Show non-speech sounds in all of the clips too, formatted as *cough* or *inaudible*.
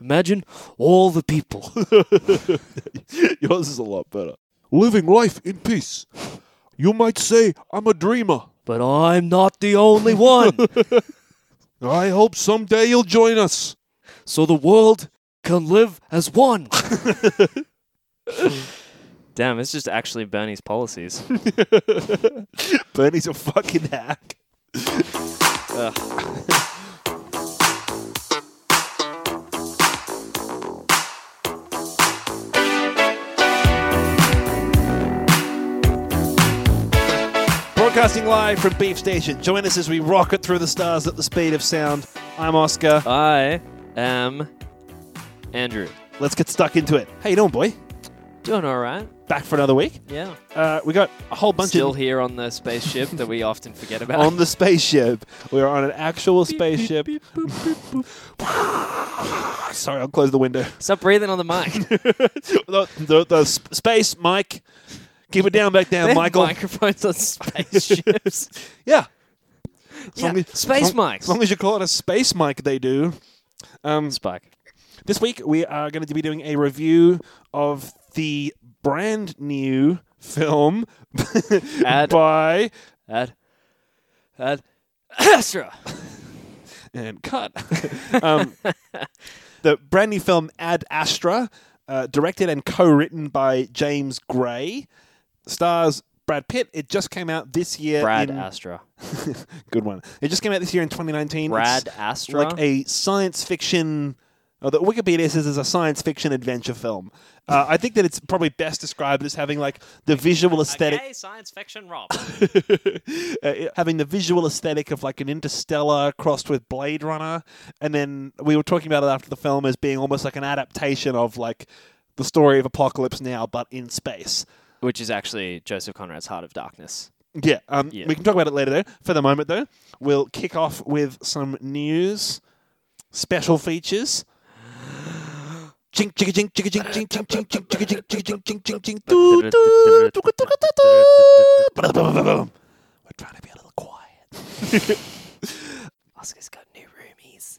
Imagine all the people. *laughs* *laughs* Yours is a lot better. Living life in peace. You might say I'm a dreamer. But I'm not the only one. I hope someday you'll join us. so the world can live as one. Damn, it's just actually Bernie's policies. Bernie's a fucking hack. *laughs* Broadcasting live from Beef Station. Join us as we rocket through the stars at the speed of sound. I'm Oscar. I am Andrew. Let's get stuck into it. How you doing, boy? Doing all right. Back for another week. Yeah. Uh, we got a whole bunch Still of here on the spaceship that we often forget about. on the spaceship. We're on an actual spaceship. *laughs* Sorry, I'll close the window. Stop breathing on *laughs* the mic. the, the, the sp- space, Mike. Keep it down back They down, have Michael. *laughs* Microphones *laughs* on spaceships. Yeah. As yeah. long as- Space as long- mics. As long as you call it a space mic, they do. Um, Spike. this week, we are going to be doing a review of the brand new film *laughs* Ad. by. Ad. Ad. Astra. and cut. *laughs* um, the brand new film Ad Astra, uh, directed and co-written by James Gray, stars Brad Pitt. It just came out this year. *laughs* Brad in, *laughs* Astra. good one. It just came out this year in 2019. Brad It's Astra. like a science fiction. Oh, the Wikipedia says it's a science fiction adventure film. Uh, I think that it's probably best described as having like the visual aesthetic science fiction Rob. uh, having the visual aesthetic of like an interstellar crossed with blade runner and then we were talking about it after the film as being almost like an adaptation of like the story of apocalypse now but in space *laughs* Which is actually Joseph Conrad's Heart of Darkness. yeah, um, Yeah. we can talk about it later though for the moment though we'll kick off with some news special features Jink, jink, jink, jink, jink, jink, jink, jink, jink, jink, jink, jink, jink, jink, jink, doo, doo, doo, doo, doo, doo, doo. We're trying to be a little quiet. Oscar's got new roomies.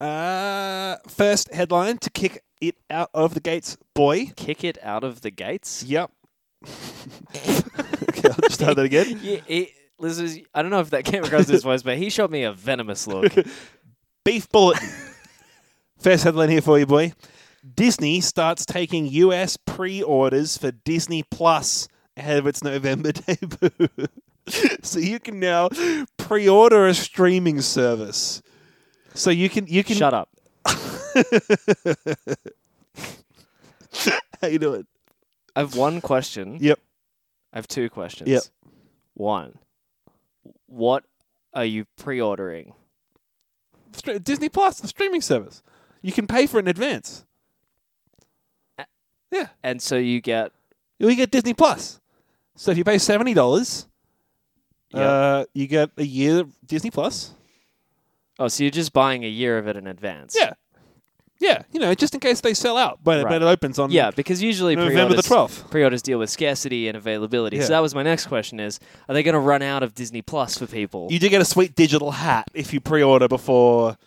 Uh, first headline to kick it out of the gates, boy. Kick it out of the gates. *laughs* Yep. okay, I'll start that again. Yeah, it, listeners, I don't know if that *laughs* came across his voice, but he shot me a *laughs* venomous look. *laughs* Beef bulletin. first headline here for you, boy. Disney starts taking US pre orders for Disney Plus ahead of its November *laughs* debut. so you can now pre order a streaming service. So you can you can Shut up. *laughs* how you doing? I have one question. Yep. I have two questions. Yep. One. What are you pre-ordering? Stre- Disney Plus, the streaming service. You can pay for it in advance. Yeah. And so you get you get Disney Plus. So if you pay seventy dollars, Yep. uh, you get a year of Disney Plus. Oh, so you're just buying a year of it in advance. Yeah, yeah. You know, just in case they sell out, but Right. but it opens on Yeah, because usually November the pre-orders- twelfth. pre-orders deal with scarcity and availability. Yeah. So that was my next question: is Are they going to run out of Disney Plus for people? You do get a sweet digital hat if you pre-order before.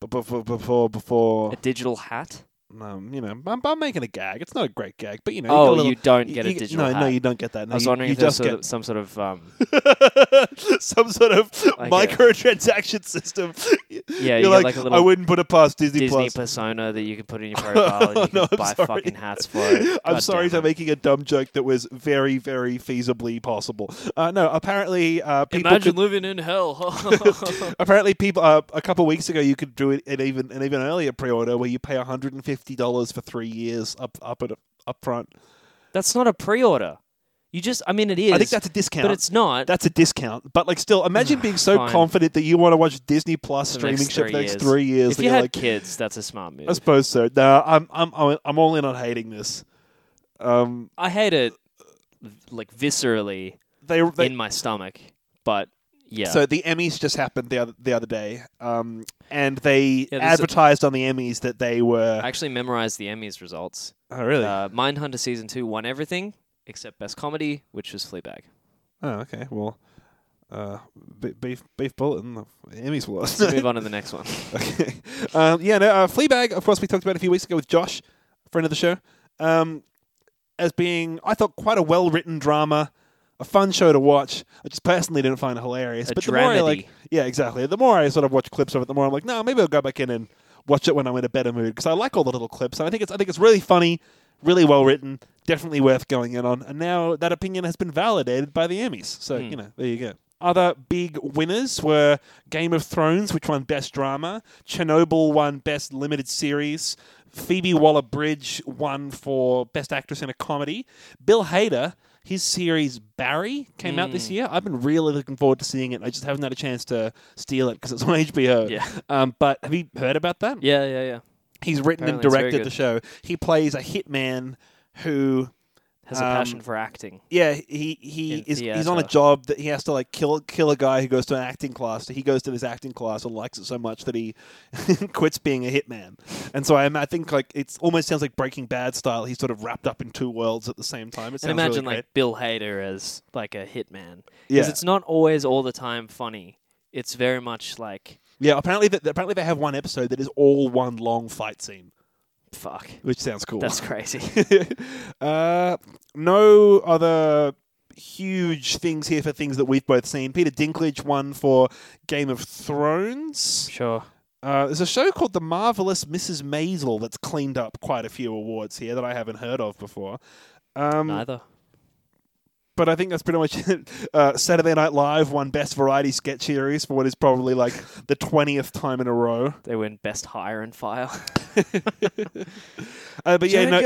b- Before, before, before, a digital hat? um, you know, I'm, I'm making a gag. It's not a great gag, but you know, oh, you, got a little- you don't get you- a you- digital No, hat. no, you don't get that. No, I was you, wondering you if just there's sort get of- some sort *laughs* of um, some sort of Like a- microtransaction *laughs* system. yeah, you You're get like, like a I little wouldn't put it past Disney, Disney Plus. persona that you can put in *laughs* your profile and you No, I'm can buy sorry. fucking hats for it. *laughs* I'm God sorry damn for it. making a dumb joke that was very, very feasibly possible. Uh, no, apparently, uh, people Imagine could- living in hell. *laughs* apparently, people uh, a couple of weeks ago you could do it an even an even earlier pre-order where you pay 150 dollars for three years up up at up front. that's not a pre-order. You just, I mean, it is. I think that's a discount. but it's not. that's a discount, but like still, imagine being so Fine. confident that you want to watch Disney Plus For the streaming next shit for the three next years. three years. if that you you're had like, kids, that's a smart move. I suppose so. No, I'm I'm I'm all in on hating this. Um, I hate it, like viscerally they, they in my stomach. But yeah, So the Emmys just happened the other, the other day, um, and they Yeah, there's a- advertised on the Emmys that they were. I actually memorized the Emmys results. oh really? Uh, Mindhunter season two won everything except best comedy, which was Fleabag. oh okay. Well, uh, Uh, b- beef, beef bulletin. Emmys were last Let's night. move on to the *laughs* next one. okay. Um, yeah, no, uh, Fleabag, of course, we talked about a few weeks ago with Josh, friend of the show, um, as being, I thought, quite a well written drama, a fun show to watch. I just personally didn't find it hilarious. A but the more I, dramedy. like, yeah, exactly. The more I sort of watch clips of it, the more I'm like, no, maybe I'll go back in and watch it when I'm in a better mood because I like all the little clips and I think it's I think it's really funny, really well written, definitely worth going in on. And now that opinion has been validated by the Emmys, so you know there you go. Other big winners were Game of Thrones, which won Best Drama. Chernobyl won Best Limited Series. Phoebe Waller Bridge won for Best Actress in a Comedy. Bill Hader, his series Barry came out Mm. this year. I've been really looking forward to seeing it. I just haven't had a chance to steal it because it's on *laughs* HBO. Yeah. Um, but have you heard about that? Yeah, yeah, yeah. He's written Apparently it's very and directed the show. He plays a hitman who Has a Um, passion for acting. yeah, he he In is he's on a theatre. job that he has to like kill kill a guy who goes to an acting class. So he goes to this acting class and likes it so much that he *laughs* quits being a hitman. And so I, I think like it's almost sounds like Breaking Bad style. He's sort of wrapped up in two worlds at the same time. It sounds And imagine really like Bill Hader as like a hitman. great. Because it's not always all the time funny. It's very much like yeah. Apparently, that apparently they have one episode that is all one long fight scene, fuck. which sounds cool. That's crazy. *laughs* *laughs* uh, no other huge things here for things that we've both seen. Peter Dinklage won for Game of Thrones. sure. Uh, there's a show called The Marvelous Mrs. Maisel that's cleaned up quite a few awards here that I haven't heard of before. Um, Neither. but I think that's pretty much *laughs* it. Uh, Saturday Night Live won Best Variety Sketch Series for what is probably like the 20th time in a row. They win best hire and *laughs* fire. Uh, but yeah, no,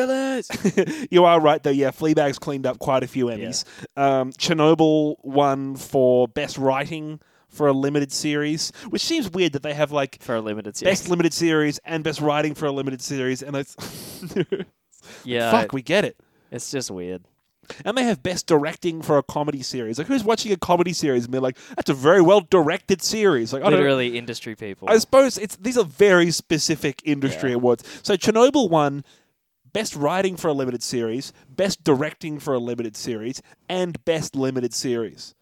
Ridiculous. *laughs* you are right though. Yeah, Fleabag's cleaned up quite a few Emmys. Um, Chernobyl won for best writing for a limited series, which seems weird that they have like for a limited *laughs* series. best limited series and best writing for a limited series, and it's *laughs* yeah, fuck, we get it. it's just weird. And they have best directing for a comedy series. Like who's watching a comedy series and they're like, that's a very well directed series. Like I don't. Literally industry people. I suppose it's these are very specific industry Yeah. awards. So Chernobyl won best writing for a limited series, best directing for a limited series, and best limited *laughs* series.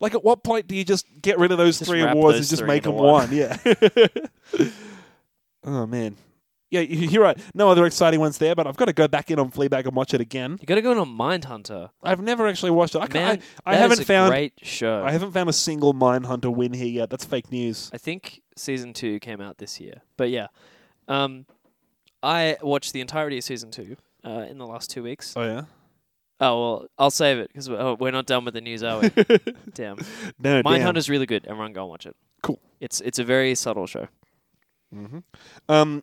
like at what point do you just get rid of those Just three wrap awards and those just three make into them one. one? Yeah. *laughs* oh man. Yeah, you- you're right. No other exciting ones there, but I've got to go back in on Fleabag and watch it again. you got to go on a Mindhunter. I've never actually watched it. I, can't, Man, I, I that is haven't a found great show. I I, haven't found a single Mindhunter win here yet. That's fake news. think season two came out this year, but yeah, um, I watched the entirety of season two uh, in the last two weeks. Oh yeah. Oh well, I'll save it because we're, oh, we're not done with the *laughs* news, are we? damn, No, damn. Mindhunter's really good. Everyone go and watch it. Cool. It's it's a very subtle show. Um,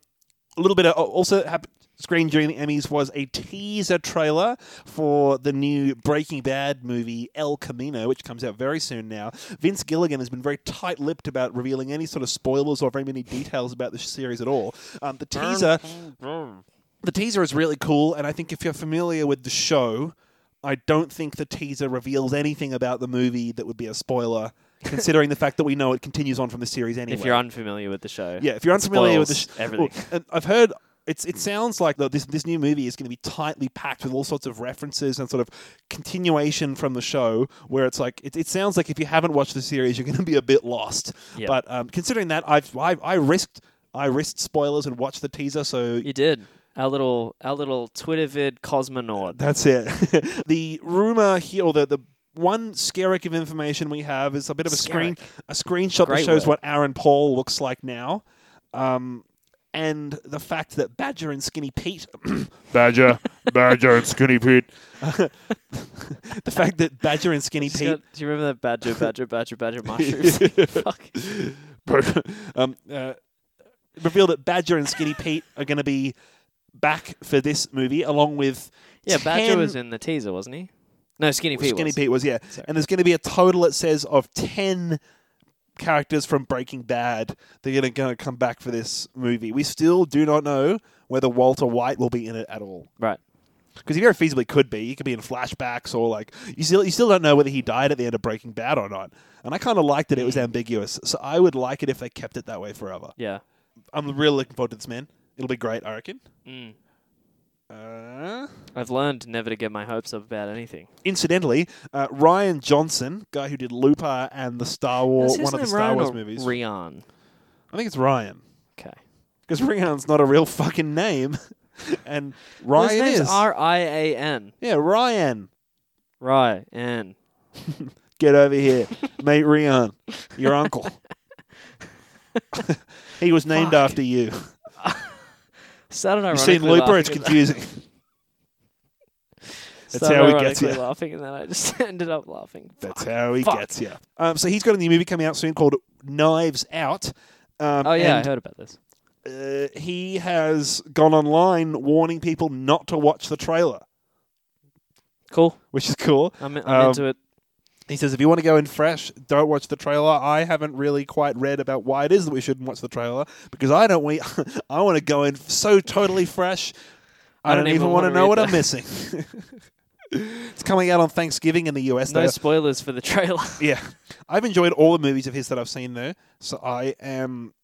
a little bit of, also happened. Screen during the Emmys was a teaser trailer for the new Breaking Bad movie El Camino, which comes out very soon now. Vince Gilligan has been very tight lipped about revealing any sort of spoilers or very many details about the series at all. Um, the teaser the teaser is really cool, and I think if you're familiar with the show, I don't think the teaser reveals anything about the movie that would be a spoiler, considering the fact that we know it continues on from the series anyway. If you're unfamiliar with the show, yeah, if you're unfamiliar with the spoils sh- everything. Well, and I've heard it's it sounds like that this this new movie is going to be tightly packed with all sorts of references and sort of continuation from the show, where it's like it, it sounds like if you haven't watched the series, you're going to be a bit lost. Yeah. But um, considering that, I've I, I risked. I risked spoilers and watched the teaser, so you did our little our little Twitter vid cosmonaut. That's it. *laughs* the rumor here, or the, the one skerrick of information we have is a bit of a screen a screenshot that Great shows word. what Aaron Paul looks like now, um, and the fact that Badger and Skinny Pete, *clears throat* Badger, Badger, and Skinny Pete. the fact that Badger and Skinny Just Pete got- do you remember *laughs* that badger, badger, badger, badger mushrooms? Fuck. *laughs* um, uh, revealed that Badger and Skinny Pete are going to be back for this movie, along with Yeah, badger 10 was in the teaser, wasn't he? No, skinny Pete. Skinny was. Pete was, yeah. And there's going to be a total, it says, of 10 characters from Breaking Bad. They're going to come back for this movie. We still do not know whether Walter White will be in it at all. Right. Because he very feasibly could be. He could be in flashbacks or like you still you still don't know whether he died at the end of Breaking Bad or not. And I kind of liked that it Mm. was ambiguous. So I would like it if they kept it that way forever. Yeah. I'm really looking forward to this man. It'll be great, I reckon. Mm. Uh, I've learned never to get my hopes up about anything. incidentally, uh, Ryan Johnson, guy who did Looper and the Star Wars, Is his one of the name Star Ryan Wars or movies. Rian. I think it's Ryan Okay. because Ryan's not a real fucking name, *laughs* and Well, his Ryan name's is. R I A N. yeah, Ryan, Ryan. get over *laughs* here, mate. Ryan, your uncle. he was named Fuck. after you. Started You've seen ironically Looper; it's laughing at that. *laughs* confusing. That's Started how he gets ironically you. laughing, and then I just *laughs* ended up laughing. That's how he Fuck. gets you. Um, so he's got a new movie coming out soon called Knives Out. Um, Oh yeah, and I heard about this. uh, he has gone online warning people not to watch the trailer, Cool. which is cool. I'm, I'm Um, into it. He says if you want to go in fresh, don't watch the trailer. I haven't really quite read about why it is that we shouldn't watch the trailer because I don't. We I want *laughs* to go in so totally fresh. I, don't, even, want to wanna know read what that. I'm missing. *laughs* it's coming out on Thanksgiving in the US. No though. spoilers for the *laughs* trailer. Yeah, I've enjoyed all the movies of his that I've seen though, so I am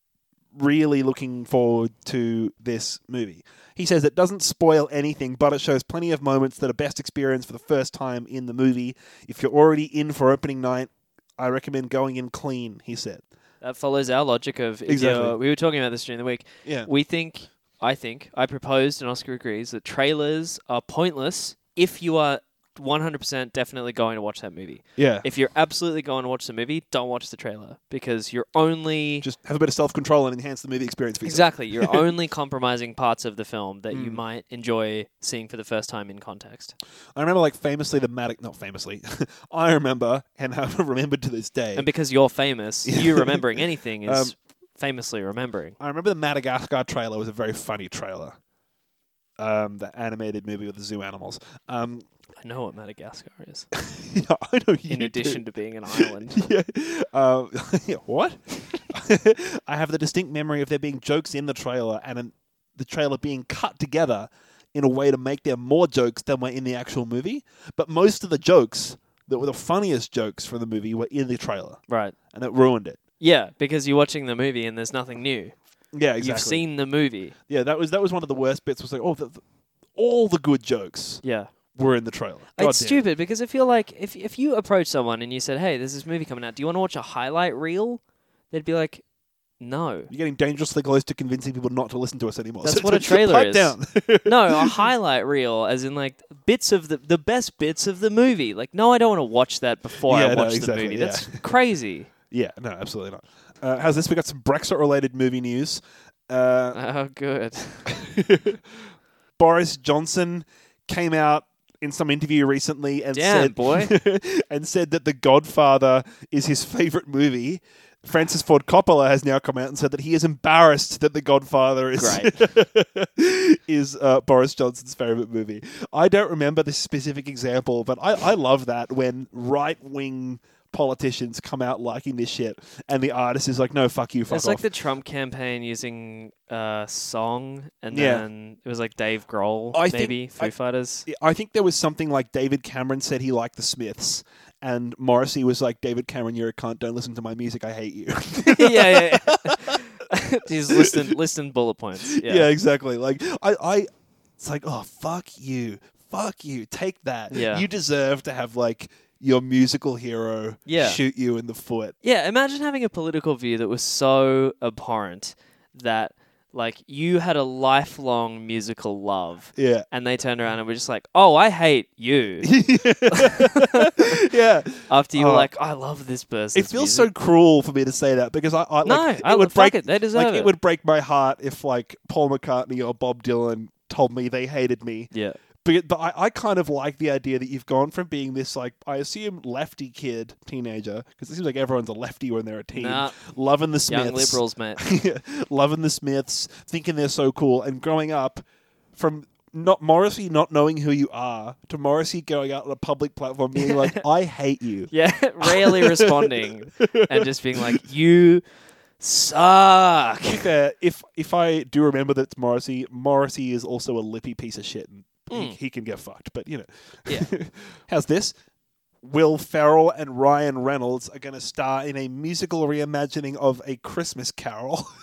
really looking forward to this movie. He says it doesn't spoil anything, but it shows plenty of moments that are best experienced for the first time in the movie. If you're already in for opening night, I recommend going in clean. He said, that follows our logic of if Exactly. you're- We were talking about this during the week. "Yeah, We think, I think, I proposed, and Oscar agrees that trailers are pointless if you are 100% definitely going to watch that movie. yeah, If you're absolutely going to watch the movie, don't watch the trailer because you're only just have a bit of self control and enhance the movie experience for yourself." exactly *laughs* you're only compromising parts of the film that you Mm. might enjoy seeing for the first time in context. I remember, like famously, the Matic. Not famously, *laughs* I remember, and *laughs* I remember to this day. And because *laughs* you're famous, Yeah. you remembering anything Um, is famously remembering. I remember the Madagascar trailer was a very funny trailer. Um, the animated movie with the zoo animals. Um, *laughs* I know what Madagascar is. yeah, I know you In do. addition to being an island. *laughs* yeah. Um, *laughs* yeah, what? I have the distinct memory of there being jokes in the trailer and an, the trailer being cut together in a way to make there more jokes than were in the actual movie. But most of the jokes that were the funniest jokes from the movie were in the trailer, Right. and it ruined it. Yeah, because you're watching the movie and there's nothing new. Yeah, exactly. You've seen the movie. yeah, that was that was one of the worst bits. Was like, oh, the, the- all the good jokes Yeah. were in the trailer. God it's damn it. stupid because I feel like if if you approach someone and you said, "Hey, there's this movie coming out. Do you want to watch a highlight reel?" They'd be like, "No." You're getting dangerously close to convincing people not to listen to us anymore. That's So what a trailer pipe is. down. *laughs* No, a highlight reel, as in like bits of the the best bits of the movie. Like, no, I don't want to watch that before Yeah, I no, watch exactly, the movie. yeah. That's crazy. *laughs* yeah, no, absolutely not. Uh, how's this? We got some Brexit-related movie news. Uh, *laughs* Oh, good. Boris Johnson came out in some interview recently and Damn, said, boy. *laughs* and said that The Godfather is his favorite movie. Francis Ford Coppola has now come out and said that he is embarrassed that The Godfather is *laughs* is uh, Boris Johnson's favorite movie. I don't remember the specific example, but I, I love that when right wing politicians come out liking this shit, and the artist is like, "No, fuck you, fuck It's off." like the Trump campaign using uh, song, and Yeah. then it was like Dave Grohl, I think- maybe Foo I- *laughs* Fighters. I think there was something like David Cameron said he liked the Smiths, and Morrissey was like, David Cameron, you're a cunt. Don't listen to my music. I hate you. *laughs* yeah, yeah. yeah. *laughs* Just listen, listen *laughs* bullet points. yeah. exactly. Like, I, I, it's like, oh, fuck you. Fuck you. Take that. Yeah. You deserve to have, like, your musical hero Yeah. shoot you in the foot. Yeah, imagine having a political view that was so abhorrent that like you had a lifelong musical love Yeah. *laughs* and they turned around and were just like, "Oh, I hate you." yeah. After you were Oh. like, "I love this person." It feels so cruel for me to say that because I, I like, No, it I- would fuck break it, they deserve like, it. it would break my heart if like Paul McCartney or Bob Dylan told me they hated me Yeah. But, but I, I kind of like the idea that you've gone from being this, like, I assume lefty kid, teenager, because it seems like everyone's a lefty when they're a teen, Nah. loving the Young Smiths, liberals, mate. *laughs* loving the Smiths, thinking they're so cool, and growing up from not Morrissey not knowing who you are to Morrissey going out on a public platform being *laughs* like, I hate you. Yeah, *laughs* rarely responding and just *laughs* being like, "You suck." To be fair, if if I do remember that it's Morrissey, Morrissey is also a lippy piece of shit, and he, he can get fucked. But you know, Yeah. *laughs* how's this? Will Ferrell and Ryan Reynolds are going to star in a musical reimagining of A Christmas Carol. *laughs*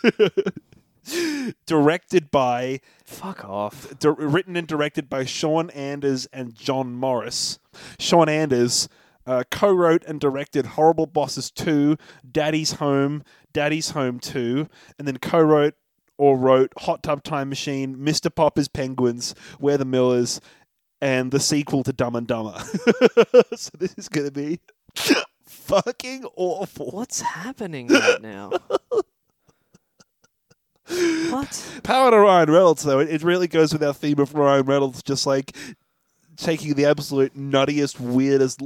directed by, Fuck off. di- written and directed by Sean Anders and John Morris. Sean Anders uh, co wrote and directed Horrible Bosses 2, Daddy's Home, Daddy's Home 2, and then co wrote or wrote Hot Tub Time Machine, Mr. Popper's Penguins, Where the Millers, and the sequel to Dumb and Dumber. *laughs* so this is going to be *laughs* fucking awful. What's happening *laughs* right now? what? Power to Ryan Reynolds, though. It, it really goes with our theme of Ryan Reynolds just like taking the absolute nuttiest, weirdest.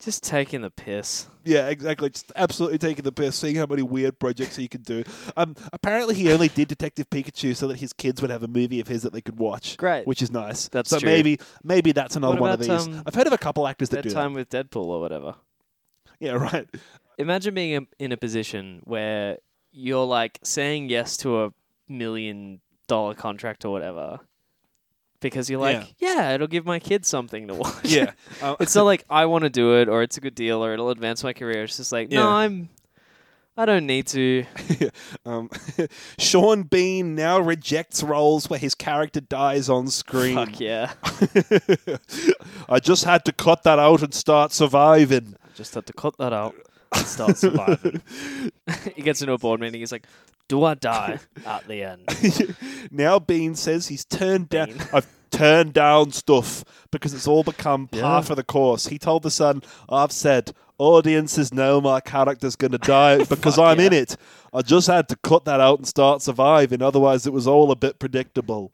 Just taking the piss. Yeah, exactly. Just absolutely taking the piss, seeing how many weird projects he could do. Um, apparently, he only did Detective Pikachu so that his kids would have a movie of his that they could watch. Great. Which is nice. That's so true. maybe maybe that's another What one of these. about, um, I've heard of a couple actors that That do time with Deadpool or whatever. that. Yeah, *laughs* right. Imagine being in- in a position where you're like saying yes to a million dollar contract or whatever because you're like, yeah, it'll give my kids something to watch. Yeah. Um, *laughs* it's not like I want to do it or it's a good deal or it'll advance my career. It's just like, Yeah. no, I'm. I don't need to. *laughs* um, *laughs* Sean Bean now rejects roles where his character dies on screen. Fuck yeah. I just had to cut that out and start surviving. *laughs* Just had to cut that out and start surviving. *laughs* he gets into a board meeting. He's like, do I die at the end? now Bean says he's turned down. Bean. I've turned down stuff because it's all become par Yeah. for the course. He told the Sun, "I've said audiences know my character's going to *laughs* die because I'm in yeah. it. I just had to cut that out and start surviving. Otherwise, it was all a bit predictable."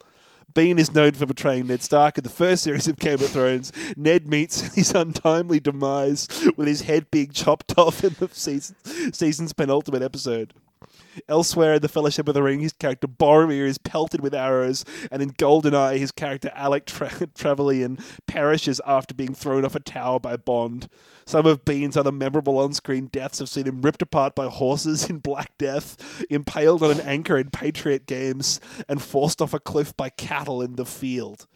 Bean is known for portraying Ned Stark in the first series of Game of Thrones. Ned meets *laughs* his untimely demise with his head being chopped off in the season, season's penultimate episode. Elsewhere in the Fellowship of the Ring, his character Boromir is pelted with arrows, and in Goldeneye, his character Alec Tra- *laughs* Trevelyan perishes after being thrown off a tower by Bond. Some of Bean's other memorable on screen deaths have seen him ripped apart by horses in Black Death, impaled on an anchor in Patriot Games, and forced off a cliff by cattle in the field.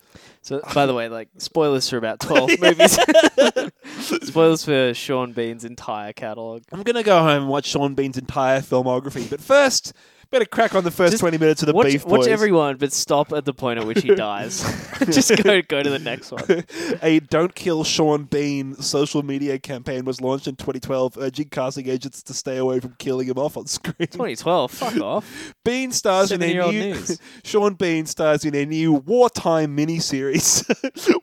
So, by the way, like spoilers for about twelve *laughs* *laughs* movies. spoilers for Sean Bean's entire catalog. I'm going to go home and watch Sean Bean's entire filmography, but first, better crack on the first Just 20 minutes of the Watch, Beef Boys. watch everyone, but stop at the point at which he *laughs* dies. *laughs* Just go go to the next one. a "Don't Kill Sean Bean" social media campaign was launched in 2012, urging casting agents to stay away from killing him off on screen. 2012. Fuck off. Bean stars in a Seven-year-old new news. *laughs* Sean Bean stars in a new wartime miniseries,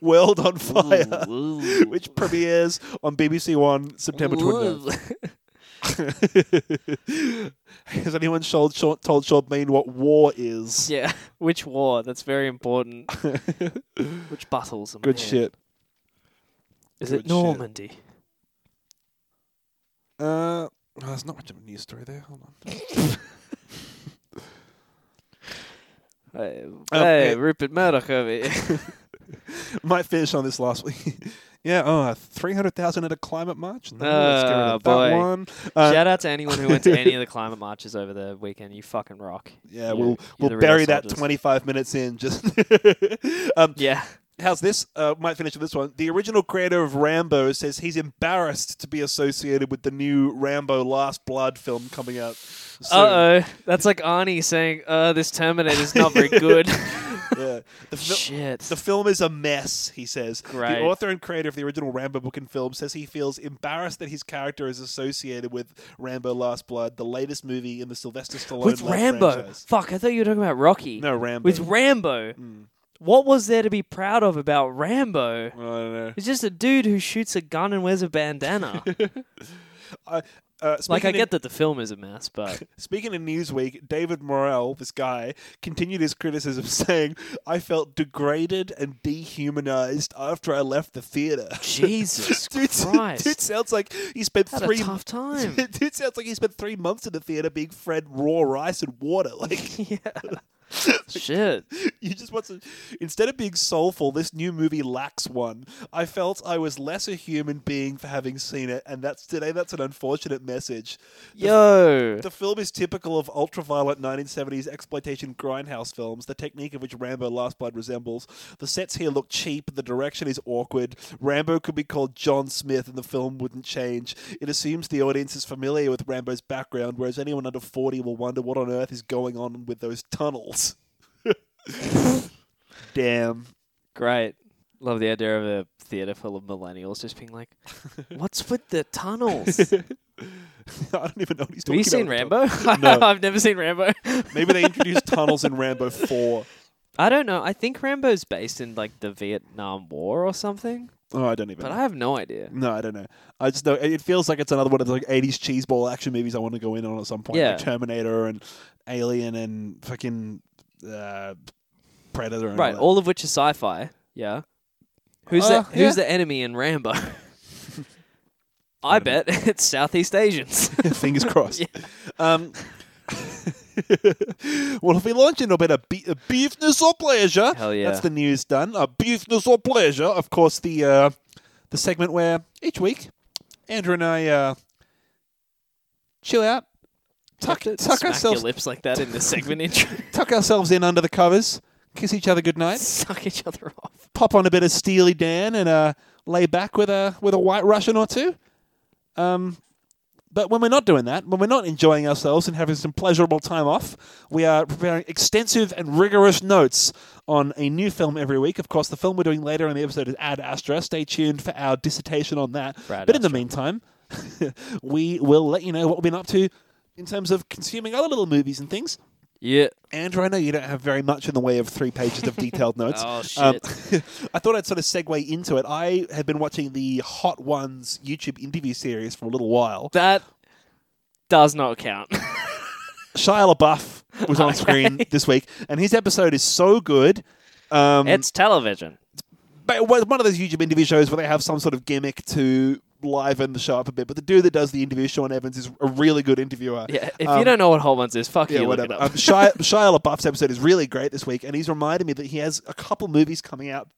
*laughs* "World on Fire," Ooh, *laughs* which premieres on BBC One September 29th. ooh. Has anyone told Sean, told Sean Bean what war is? *laughs* yeah. Which war? That's very important. *laughs* Which battles? am I Good in? shit. *laughs* Is Good it shit. Normandy? Uh, oh, there's not much of a news story there. Hold on. Hey, Oh, hey, yeah. Rupert Murdoch over here. Might finish on this last week. *laughs* yeah, oh, 300,000 at a climate march. No, let's get rid Ah, of that boy. one. Uh, Shout out to anyone who went to any *laughs* of the climate marches over the weekend. You fucking rock. yeah, You're- we'll you're we'll the real bury that soldiers. 25 minutes in. Just *laughs* um, Yeah. how's this? Uh, might finish with this one. The original creator of Rambo says he's embarrassed to be associated with the new Rambo: Last Blood film coming out. soon. Uh oh. That's like Arnie saying, uh, this Terminator's not *laughs* very good. Yeah. *laughs* The fil- Shit. The film is a mess, he says. The Great. author and creator of the original Rambo book and film says he feels embarrassed that his character is associated with Rambo Last Blood, the latest movie in the Sylvester Stallone With led Rambo. franchise. Mm. Fuck, I thought you were talking about Rocky. No, Rambo. With Rambo. What was there to be proud of about Rambo? I don't know. It's just a dude who shoots a gun and wears *laughs* a bandana. I- uh, like, speaking I in- get that the film is a *laughs* mess, but Speaking in Newsweek, David Morrell, this guy, continued his criticism, *laughs* saying, "I felt degraded and dehumanized after I left the theater." *laughs* Jesus dude, *laughs* Christ. dude sounds like he spent had three a tough time. *laughs* Dude sounds like he spent three *laughs* months in the theater being fed raw rice and water. Like Shit. you just want some. Instead of being soulful, this new movie lacks one. I felt I was less a human being for having seen it, and that's today. That's an unfortunate message. Yo. The film is typical of ultraviolet 1970s exploitation grindhouse films, the technique of which Rambo Last Blood resembles. The sets here look cheap, the direction is awkward. Rambo could be called John Smith and the film wouldn't change. It assumes the audience is familiar with Rambo's background, whereas anyone under 40 will wonder what on earth is going on with those tunnels. *laughs* Damn. *laughs* Great. Love the idea of a theater full of millennials just *laughs* being like, "What's with the tunnels?" I don't even know what he's Have talking you seen about. Rambo? *laughs* No. I've never seen Rambo. Maybe they *laughs* introduced tunnels in Rambo 4. I don't know. I think Rambo's based in like the Vietnam War or something, Oh, I don't even but know. I have no idea. No, I don't know. I just know it feels like it's another one of the like eighties cheeseball action movies I want to go in on at some point. Yeah. Like Terminator and Alien and fucking uh, Predator. And Right, All all of which are sci-fi. Yeah. Who's Uh, the Who's the enemy *laughs* in Rambo? I bet *laughs* it's Southeast Asians. that. *laughs* *laughs* Fingers crossed. Um, *laughs* well, if we launch into a bit of be- uh, beefness or pleasure, Hell yeah. that's the news done. Uh, beefness or pleasure, of course, the uh, the segment where each week Andrew and I uh, chill out, *laughs* tuck, Have to tuck smack ourselves your lips like that in the *laughs* segment intro. tuck ourselves in under the covers, kiss each other goodnight, Suck each other off. pop on a bit of Steely Dan, and uh, lay back with a with a White Russian or two. Um, but when we're not doing that, when we're not enjoying ourselves and having some pleasurable time off, we are preparing extensive and rigorous notes on a new film every week. Of course, the film we're doing later in the episode is Ad Astra. Stay tuned for our dissertation on that. Brad but in the Astra. meantime, *laughs* we will let you know what we've been up to in terms of consuming other little movies and things. Yeah. Andrew, I know you don't have very much in the way of three pages of *laughs* detailed notes. Um, Oh, shit. *laughs* I thought I'd sort of segue into it. I have been watching the Hot Ones YouTube interview series for a little while. That does not count. Mm. Shia LaBeouf *laughs* was on screen this week, and his episode is so good. Um, it's television. but it was one of those YouTube interview shows where they have some sort of gimmick to liven the show up a bit. But the dude that does the interview, Sean Evans, is a really good interviewer. Yeah. If Um, you don't know what whole ones is, fuck Yeah, you. Look whatever. it Um, up. *laughs* Shia, Shia LaBeouf's episode is really great this week, and he's reminded me that he has a couple movies coming out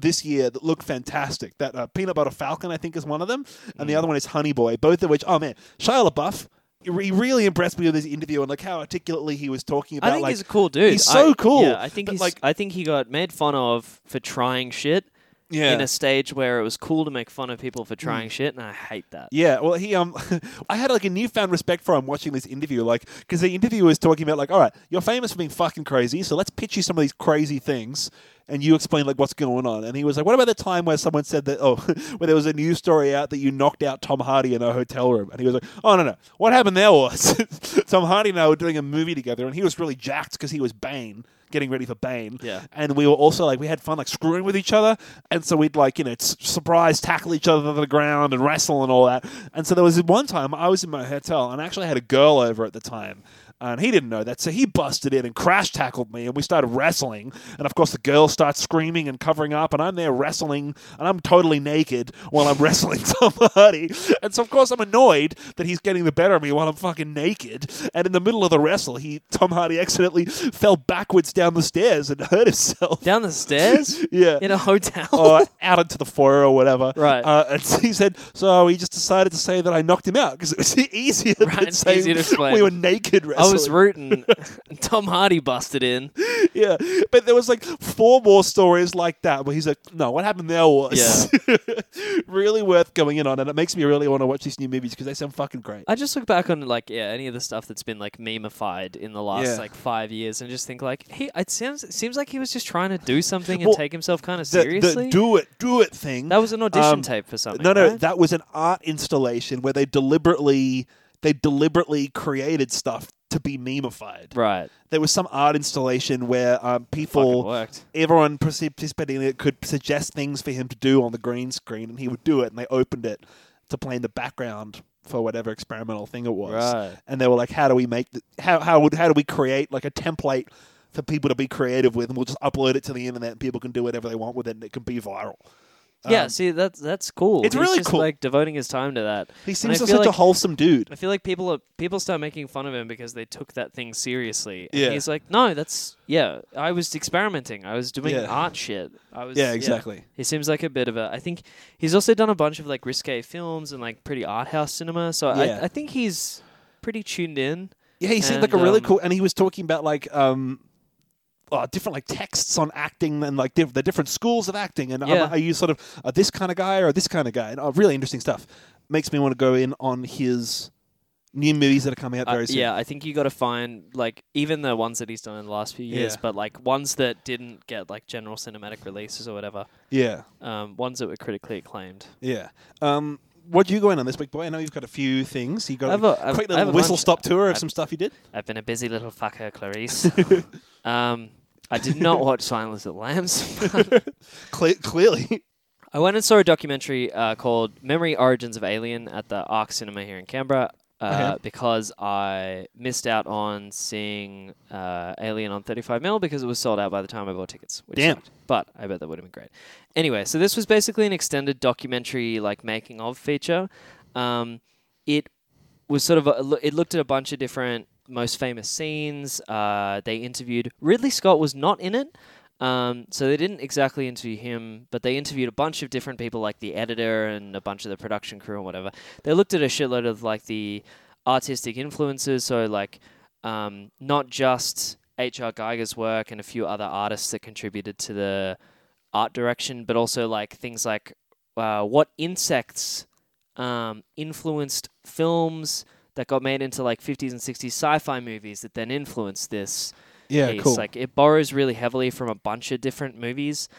this year that look fantastic. That uh, Peanut Butter Falcon, I think, is one of them, and Mm. the other one is Honey Boy. Both of which, oh man, Shia LaBeouf, he re- really impressed me with his interview and like how articulately he was talking about I think like he's a cool dude. he's so I, cool, Yeah, I think but, he's. like- I think he got made fun of for trying shit yeah. Mm. in a stage where it was cool to make fun of people for trying shit, and I hate that. Yeah, well, he um, *laughs* I had like a newfound respect for him watching this interview, like because the interviewer was talking about like, all right, you're famous for being fucking crazy, so let's pitch you some of these crazy things, and you explain like what's going on. And he was like, what about the time where someone said that? Oh, *laughs* where there was a news story out that you knocked out Tom Hardy in a hotel room, and he was like, oh no no, what happened there was *laughs* Tom Hardy and I were doing a movie together, and he was really jacked because he was Bane. Getting ready for Bane, Yeah. and we were also like we had fun like screwing with each other, and so we'd like you know s- surprise tackle each other to the ground and wrestle and all that. And so there was one time I was in my hotel and I actually had a girl over at the time, and he didn't know that, so he busted in and crash tackled me, and we started wrestling. And of course the girl starts screaming and covering up, and I'm there wrestling, and I'm totally naked while I'm *laughs* wrestling somebody. And so of course I'm annoyed that he's getting the better of me while I'm fucking naked. And in the middle of the wrestle, he Tom Hardy accidentally fell backwards down the stairs and *laughs* hurt himself. Down the stairs *laughs* Yeah. Oh, in a hotel. or out into the foyer or whatever. Right. Uh, and *laughs* so he said, so he just decided to say that I knocked him out because it was *laughs* easier than Right, it's saying easier to explain. we were naked *laughs* I wrestling. *laughs* was rooting. *laughs* Tom Hardy busted in. yeah. But there was like four more stories like that where he's like, no, what happened there was *laughs* really worth going in on. And it makes me really want to watch these new movies because they sound fucking great. I just look back on like yeah any of the stuff that's been like memeified in the last Yeah. like five years and just think like he it sounds it seems like he was just trying to do something and Well, take himself kind of The- seriously. The, do it, do it thing. that was an audition Um, tape for something. No, no, right? that was an art installation where they deliberately they deliberately created stuff to be memeified. right. There was some art installation where um, Fucking people, worked. everyone partic- participating in it, could suggest things for him to do on the green screen, and he would do it. And they opened it to play in the background for whatever experimental thing it was. Right. And they were like, "How do we make th- how how would how do we create like a template?" For people to be creative with, and we'll just upload it to the internet, and people can do whatever they want with it, and it can be viral. yeah, Um, see that's that's cool. it's He's really just, cool. Like devoting his time to that. he I seems like feel such a like- wholesome dude. I feel like people are people start making fun of him because they took that thing seriously. And Yeah. he's like, no, that's yeah. I was experimenting. I was doing Yeah. art shit. I was Yeah, exactly. He seems like a bit of a. I think he's also done a bunch of like risque films and like pretty art house cinema. So Yeah. I, I think he's pretty tuned in. Yeah, he seemed like a And, really um, cool, and he was talking about like um, oh, different like texts on acting and like diff- the different schools of acting, and Yeah. um, are you sort of uh, this kind of guy or this kind of guy? And oh, really interesting stuff. Makes me want to go in on his new movies that are coming out Uh, very soon. yeah, I think you got to find like even the ones that he's done in the last few years, Yeah. but like ones that didn't get like general cinematic releases or whatever. yeah, Um, ones that were critically acclaimed. yeah. Um, what do you go in on this week, boy? I know you've got a few things. You got I have a a- I've- quick I have little a whistle bunch. stop tour of I've- some stuff you did. I've been a busy little fucker, *laughs* Clarice. um, I did not watch Silence of the Lambs. *laughs* but Cle- clearly, *laughs* I went and saw a documentary uh, called Memory Origins of Alien at the Arc Cinema here in Canberra uh, Okay. because I missed out on seeing uh, Alien on 35mm because it was sold out by the time I bought tickets. Which Damn. sucked. But I bet that would have been great. Anyway, so this was basically an extended documentary, like making of feature. Um, it was sort of a, lo- it looked at a bunch of different most famous scenes. Uh, they interviewed Ridley Scott was not in it, um, so they didn't exactly interview him, but they interviewed a bunch of different people, like the editor and a bunch of the production crew and whatever. They looked at a shitload of like the artistic influences, so like um, not just H.R. Geiger's work and a few other artists that contributed to the art direction, but also like things like uh, what insects um, influenced films that got made into like 50s and 60s sci-fi movies that then influenced this yeah, piece. cool. Like it borrows really heavily from a bunch of different movies.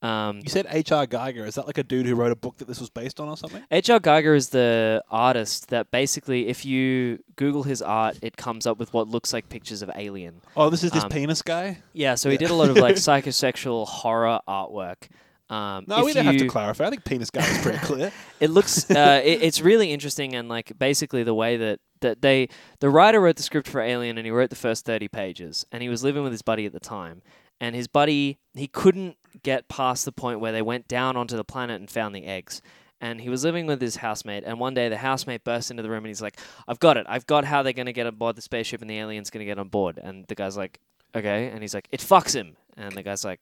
Um, you said H.R. Geiger. Is that like a dude who wrote a book that this was based on or something? H.R. Geiger is the artist that basically, if you Google his art, it comes up with what looks like pictures of Alien. Oh, this is this Um, penis guy. Yeah, so he did a lot of *laughs* like psychosexual horror artwork. Um, No, if we don't have to you- clarify. I think penis guy is pretty *laughs* clear. it looks uh, it, it's really interesting and like basically the way that that they the writer wrote the script for alien and he wrote the first 30 pages and he was living with his buddy at the time and his buddy he couldn't get past the point where they went down onto the planet and found the eggs and he was living with his housemate and one day the housemate bursts into the room and he's like i've got it i've got how they're going to get aboard the spaceship and the alien's going to get on board and the guy's like okay and he's like it fucks him and the guy's like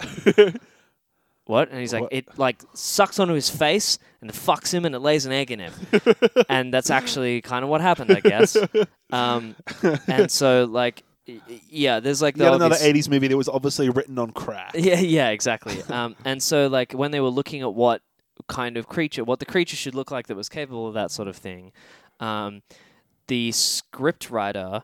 what? And he's like, What? it like sucks onto his face and fucks him and it lays an egg in *laughs* him. and that's actually kind of what happened, I guess. Um, and so like, y- y- yeah, there's like the You got another obvious- 80s movie that was obviously written on crack. yeah, yeah, exactly. Um, and so like when they were looking at what kind of creature, what the creature should look like that was capable of that sort of thing, um, the script writer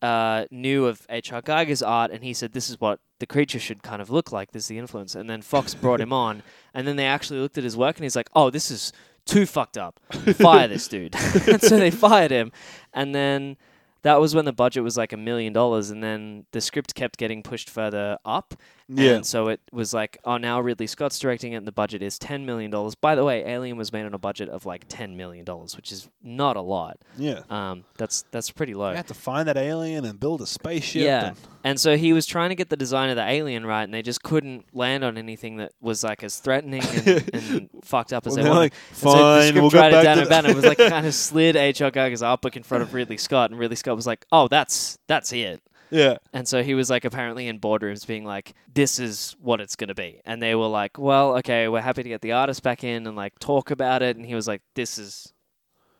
uh, knew of H.R. Geiger's art, and he said this is what the creature should kind of look like. This is the influence. And then Fox brought him on, and then they actually looked at his work, and he's like, oh, this is too fucked up. Fire this dude. *laughs* and so they fired him, and then. That was when the budget was like a million dollars, and then the script kept getting pushed further up, Yeah. and so it was like, oh, now Ridley Scott's directing it, and the budget is $10 million. By the way, Alien was made on a budget of like $10 million, which is not a lot. Yeah. Um, that's that's pretty low. You had to find that alien and build a spaceship. Yeah. and- And so he was trying to get the design of the alien right, and they just couldn't land on anything that was like as *laughs* threatening and, and fucked up Well, as they they're wanted. like, And so the "Fine, we'll get back scriptwriter to Dan the- O'Bannon *laughs* was like kind of slid H.R. Geiger's art book in front of Ridley Scott, and Ridley Scott was like, oh, that's that's it. yeah. And so he was like apparently in boardrooms being like, this is what it's going to be. And they were like, well, okay, we're happy to get the artist back in and like talk about it. And he was like, this is.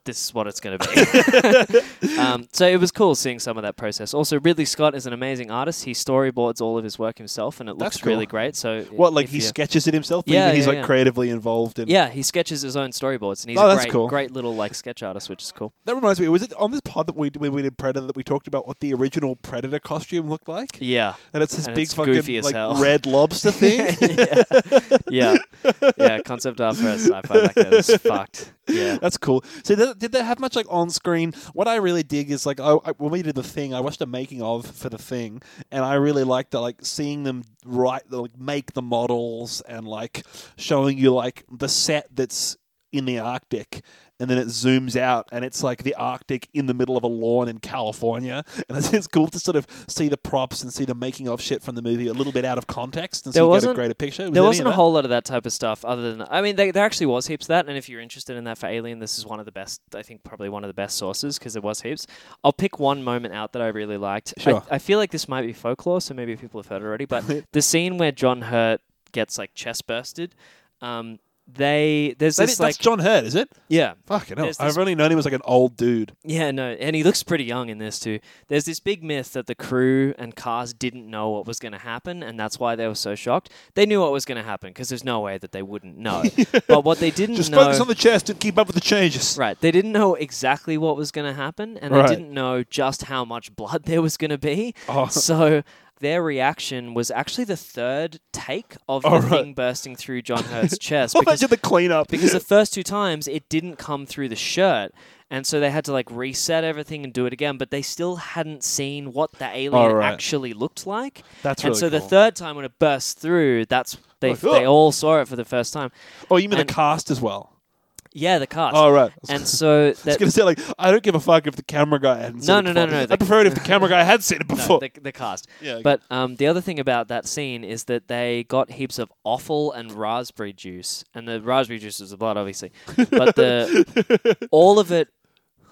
This is what it's going to *laughs* be. um, so it was cool seeing some of that process. Also, Ridley Scott is an amazing artist. He storyboards all of his work himself, and it That's looks really cool. great. So, What, like if he you- sketches it himself? but Yeah, even he's yeah, like yeah. creatively involved in. yeah, he sketches his own storyboards, and he's Oh, a that's great, cool. great little like sketch artist, which is cool. That reminds me, was it on this pod that we when we did Predator that we talked about what the original Predator costume looked like? Yeah, And it's this And big it's fucking goofy as like hell. red lobster *laughs* thing. *laughs* yeah, yeah, yeah. Concept art for a sci-fi back *laughs* then is fucked. Yeah, That's cool. So did, did they have much like on screen? What I really dig is like I, I, when we did the thing, I watched a making of for the thing, and I really liked the like seeing them write, like make the models and like showing you like the set that's in the Arctic, and then it zooms out, and it's like the Arctic in the middle of a lawn in California, and it's, it's cool to sort of see the props and see the making of shit from the movie a little bit out of context, and There so you get a wasn't- greater picture. Was any there of wasn't a that? whole lot of that type of stuff other than I mean there, there actually was heaps of that and if you're interested in that for Alien this is one of the best I think probably one of the best sources because there was heaps I'll pick one moment out that I really liked Sure. I, I feel like this might be folklore so maybe people have heard it *laughs* already but the scene where John Hurt gets like chest bursted um they there's That this is, like that's John Hurt, is it? yeah Fucking hell. There's this- I've only known him as like an old dude. Yeah, no, and he looks pretty young in this too. There's this big myth that the crew and cars didn't know what was going to happen, and that's why they were so shocked. They knew what was going to happen because there's no way that they wouldn't *laughs* know. But what they didn't Just know, focus on the chest and keep up with the changes. right? They didn't know exactly what was going to happen, and Right. they didn't know just how much blood *laughs* there was going to be. Oh. So their reaction was actually the third take of Oh, the right. thing bursting through John *laughs* Hurt's chest Well, because imagine the cleanup. because *laughs* the first two times it didn't come through the shirt and so they had to like reset everything and do it again but they still hadn't seen what the alien All right. actually looked like That's and really so the cool. third time when it burst through that's they, Like, they "Ugh." all saw it for the first time oh, you mean and- the cast as well? yeah the cast Oh, right. *laughs* and so I was that, going to say, like, I don't give a fuck if the camera guy hadn't seen No, it no, no, before. no, I the- prefer it *laughs* if the camera guy had seen it no, before. the, the cast yeah, but um, the other thing about that scene is that they got heaps of offal and raspberry juice and the raspberry juice is the blood obviously but the *laughs* all of it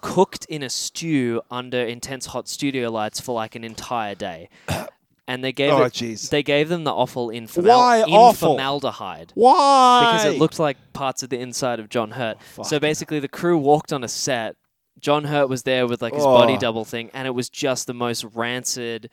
cooked in a stew under intense hot studio lights for like an entire day. And they gave Oh, it, jeez. they gave them the offal in, formal- Why in offal? formaldehyde Why? because it looked like parts of the inside of John Hurt. Oh, so basically, the crew walked on a set. John Hurt was there with like his body Oh. double thing, and it was just the most *laughs* rancid,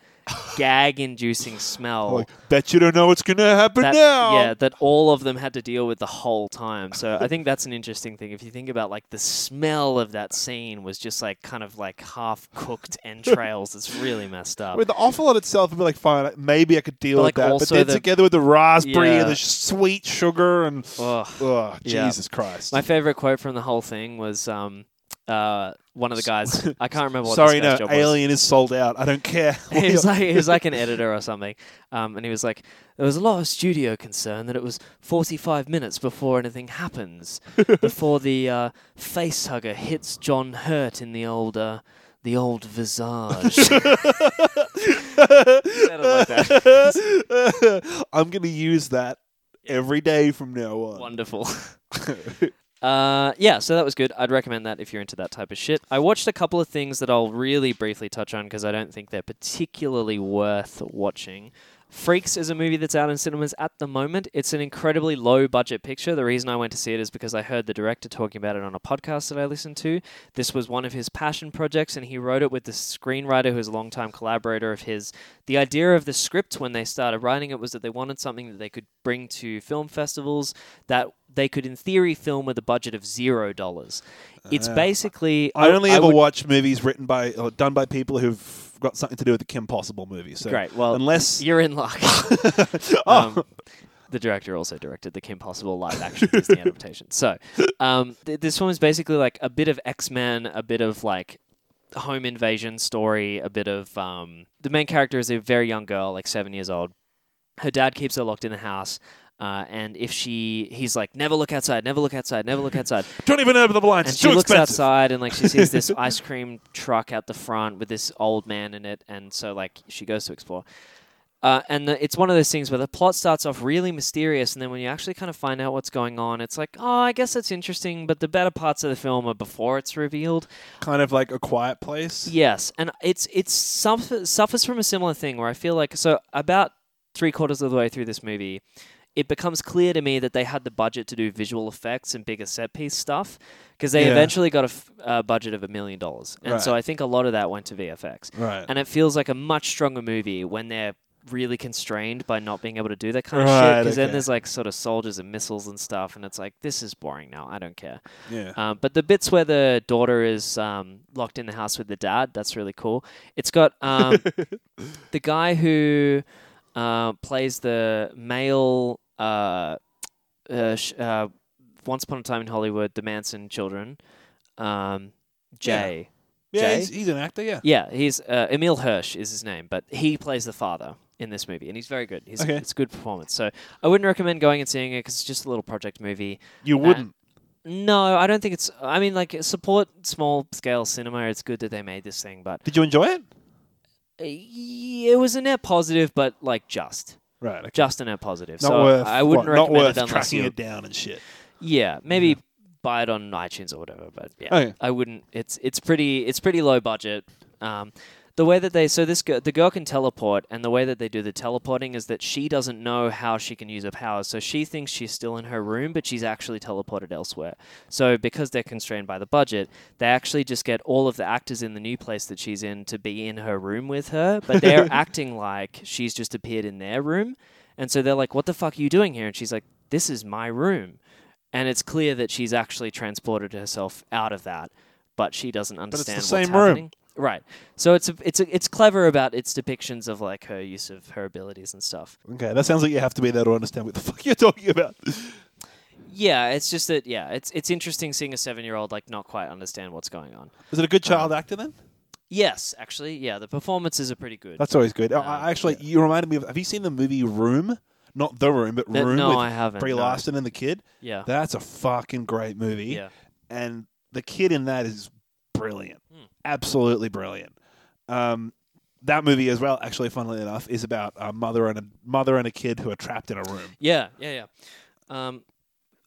gag-inducing smell Like, bet you don't know what's going to happen that now. yeah that all of them had to deal with the whole time so i think that's an interesting thing if you think about like the smell of that scene was just like kind of like half cooked entrails it's really messed up With the awful lot itself, I'd be like, fine, maybe I could deal But, with like, that. But also then the- together with the raspberry Yeah. and the sh- sweet sugar and. Ugh. Oh, Yeah. Jesus Christ. my favorite quote from the whole thing was um uh one of the guys *laughs* i can't remember what Sorry, this guy's no, job was. Alien is sold out. I don't *laughs* care. he was like he was like an editor or something, um, and he was like, there was a lot of studio concern that it was 45 minutes before anything happens, before the uh, face hugger hits John Hurt in the old uh, the old visage. *laughs* He said it like that. *laughs* *laughs* I'm going to use that every day from now on. Wonderful. Uh, yeah, so that was good. I'd recommend that if you're into that type of shit. I watched a couple of things that I'll really briefly touch on because I don't think they're particularly worth watching. Freaks is a movie that's out in cinemas at the moment. It's an incredibly low budget picture. The reason I went to see it is because I heard the director talking about it on a podcast that I listened to. This was one of his passion projects, and he wrote it with the screenwriter who's a longtime collaborator of his. The idea of the script when they started writing it was that they wanted something that they could bring to film festivals that they could, in theory, film with a budget of zero dollars. It's basically Uh, Oh, I only ever would- watch movies written by or done by people who've got something to do with the Kim Possible movie. So Great, well, unless You're in *laughs* luck. *laughs* um, the director also directed the Kim Possible *laughs* live action Disney adaptation. So um, th- this one was basically like a bit of X Men, a bit of like home invasion story, a bit of um, the main character is a very young girl, like seven years old. Her dad keeps her locked in the house. Uh, and if she, he's like, never look outside, never look outside, never look outside don't even open the blinds, and it's she too looks expensive. outside and like she *laughs* sees this ice cream truck out the front with this old man in it and so like she goes to explore uh, and the, it's one of those things where the plot starts off really mysterious and then when you actually kind of find out what's going on it's like oh i guess that's interesting but the better parts of the film are before it's revealed Kind of like a quiet place. Yes, and it's it's suffer, suffers from a similar thing where I feel like so about three quarters of the way through this movie, it becomes clear to me that they had the budget to do visual effects and bigger set piece stuff because they Yeah. eventually got a f- uh, budget of a million dollars, and Right. so I think a lot of that went to VFX, Right. and it feels like a much stronger movie when they're really constrained by not being able to do that kind of shit Right, because okay. then there's like sort of soldiers and missiles and stuff and it's like this is boring now i don't care yeah. um, but the bits where the daughter is um, locked in the house with the dad, that's really cool. It's got um, *laughs* the guy who uh, plays the male. Uh, uh, sh- uh, Once upon a time in Hollywood, the Manson children, um, Jay. yeah, Jay? he's, he's an actor. Yeah. Yeah, he's uh, Emil Hirsch is his name, but he plays the father in this movie, and he's very good. He's, Okay. It's a good performance. So I wouldn't recommend going and seeing it because it's just a little project movie. You Uh, wouldn't. No, I don't think it's. I mean, like support small scale cinema. It's good that they made this thing, but Did you enjoy it? uh, y- it was a net positive, but like just, Right. Okay. just a net positive. Not so worth. I wouldn't what, recommend not worth it unless tracking you. it down and shit. Yeah, maybe buy it on iTunes or whatever. But yeah, Okay. I wouldn't. It's it's pretty it's pretty low budget. Um, the way that they so this girl, the girl can teleport, and the way that they do the teleporting is that she doesn't know how she can use her powers, so she thinks she's still in her room, but she's actually teleported elsewhere. So because they're constrained by the budget, they actually just get all of the actors in the new place that she's in to be in her room with her, but they're acting like she's just appeared in their room, and so they're like, "What the fuck are you doing here?" And she's like, "This is my room." and it's clear that she's actually transported herself out of that, but she doesn't it's the understand what's same room. happening. Right. So it's a, it's a, it's clever about its depictions of like her use of her abilities and stuff. Okay, that sounds like you have to be there to understand what the *laughs* fuck you're talking about. Yeah, it's just that yeah, it's it's interesting seeing a 7-year-old like not quite understand what's going on. Is it a Uh-huh. good child actor then? Yes, actually. Yeah, the performances are pretty good. That's always good. I- Um, I actually, you reminded me of. Have you seen the movie Room? Not the Room, but That- Room no, with I haven't, Brie no. Larson and the kid. yeah. That's a fucking great movie. yeah. and the kid in that is brilliant, Hmm. absolutely brilliant. Um, that movie as well, actually, funnily enough, is about a mother and a mother and a kid who are trapped in a room. Yeah, yeah, yeah. Um,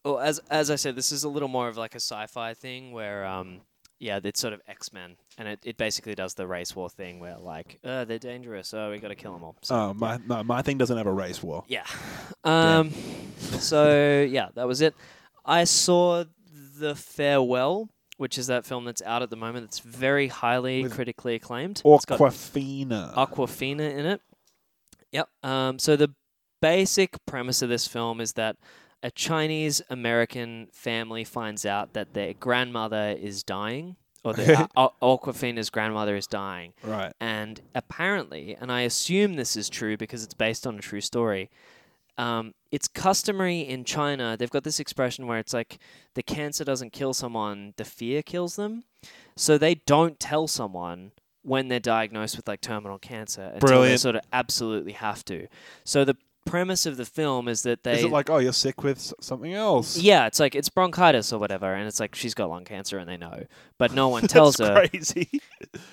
oh, as as I said, this is a little more of like a sci-fi thing where, um, yeah, it's sort of X Men, and it, it basically does the race war thing where like, uh, they're dangerous, so we got to kill them all. So, Oh, my no, my thing doesn't have a race war. yeah. Um, so yeah, that was it. I saw the farewell, which is that film that's out at the moment. That's very highly critically acclaimed. It's got- Aquafina. Aquafina in it. Yep. Um, so the basic premise of this film is that a Chinese American family finds out that their grandmother is dying, or that A- A- Aquafina's grandmother is dying, right. and apparently, and I assume this is true because it's based on a true story. Um, it's customary in China. They've got this expression where it's like the cancer doesn't kill someone, the fear kills them. So they don't tell someone when they're diagnosed with like terminal cancer until they Brilliant. sort of absolutely have to. So the premise of the film is that they Is it like oh you're sick with s- something else? yeah, it's like it's bronchitis or whatever, and it's like she's got lung cancer and they know, but no *laughs* one tells her. Crazy.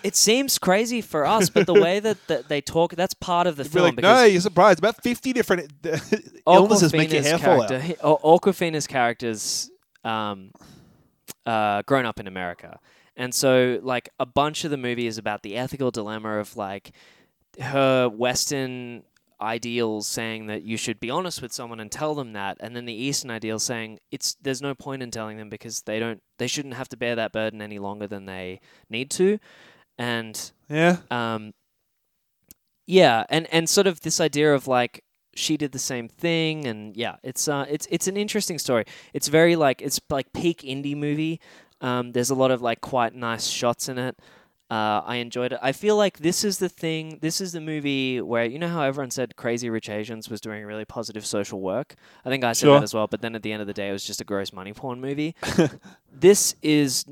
It seems crazy for us, but the way that, that they talk, that's part of the You're film. like, no, because you're surprised. About fifty different *laughs* illnesses make your Awkwafina's hair fall character, out. he- Aw- Awkwafina's character's um, uh, grown up in America. And so, like, a bunch of the movie is about the ethical dilemma of, like, her Western ideals saying that you should be honest with someone and tell them that and then the eastern ideal saying it's there's no point in telling them because they don't they shouldn't have to bear that burden any longer than they need to and Yeah. um, yeah, and and sort of this idea of like she did the same thing, and yeah, it's uh, it's it's an interesting story. It's very like it's like peak indie movie. Um, there's a lot of like quite nice shots in it. Uh, I enjoyed it. I feel like this is the thing. This is the movie where you know how everyone said Crazy Rich Asians was doing really positive social work. I think I said Sure. that as well. But then at the end of the day, it was just a gross money porn movie. *laughs* this is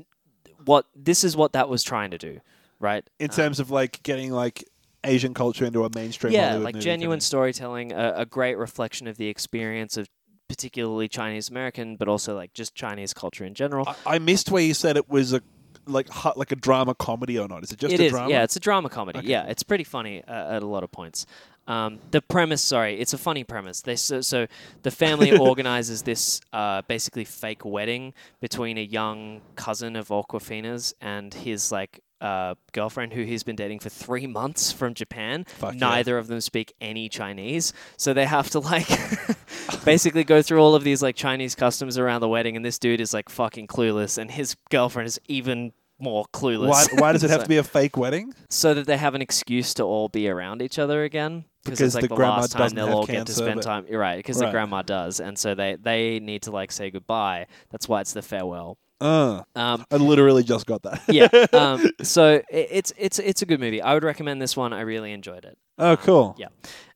what this is what that was trying to do, right? In terms of like getting like Asian culture into a mainstream. yeah, Hollywood like movie genuine thing. storytelling, a, a great reflection of the experience of particularly Chinese American, but also like just Chinese culture in general. I- I missed where you said it was a like hu- like a drama comedy or not. Is it just It a is, drama? yeah, it's a drama comedy. Yeah, it's pretty funny uh, at a lot of points. Um, the premise, sorry, it's a funny premise. They so, so *laughs* the family organizes this uh, basically fake wedding between a young cousin of Aquafina's and his like. Uh, girlfriend who he's been dating for three months from Japan. Fuck yeah. Neither of them speak any Chinese, so they have to like *laughs* basically go through all of these like Chinese customs around the wedding. And this dude is like fucking clueless, and his girlfriend is even more clueless. Why, why *laughs* does it have So- to be a fake wedding? so that they have an excuse to all be around each other again. Because it's like the the, grandma last time doesn't they'll have all get to cancer, spend but- time. You're right, because Right. the grandma does, and so they they need to like say goodbye. That's why it's the farewell. Uh, Um, I literally just got that. yeah. Um, so i it's it's it's a good movie. I would recommend this one. I really enjoyed it. *laughs* oh, cool. Yeah.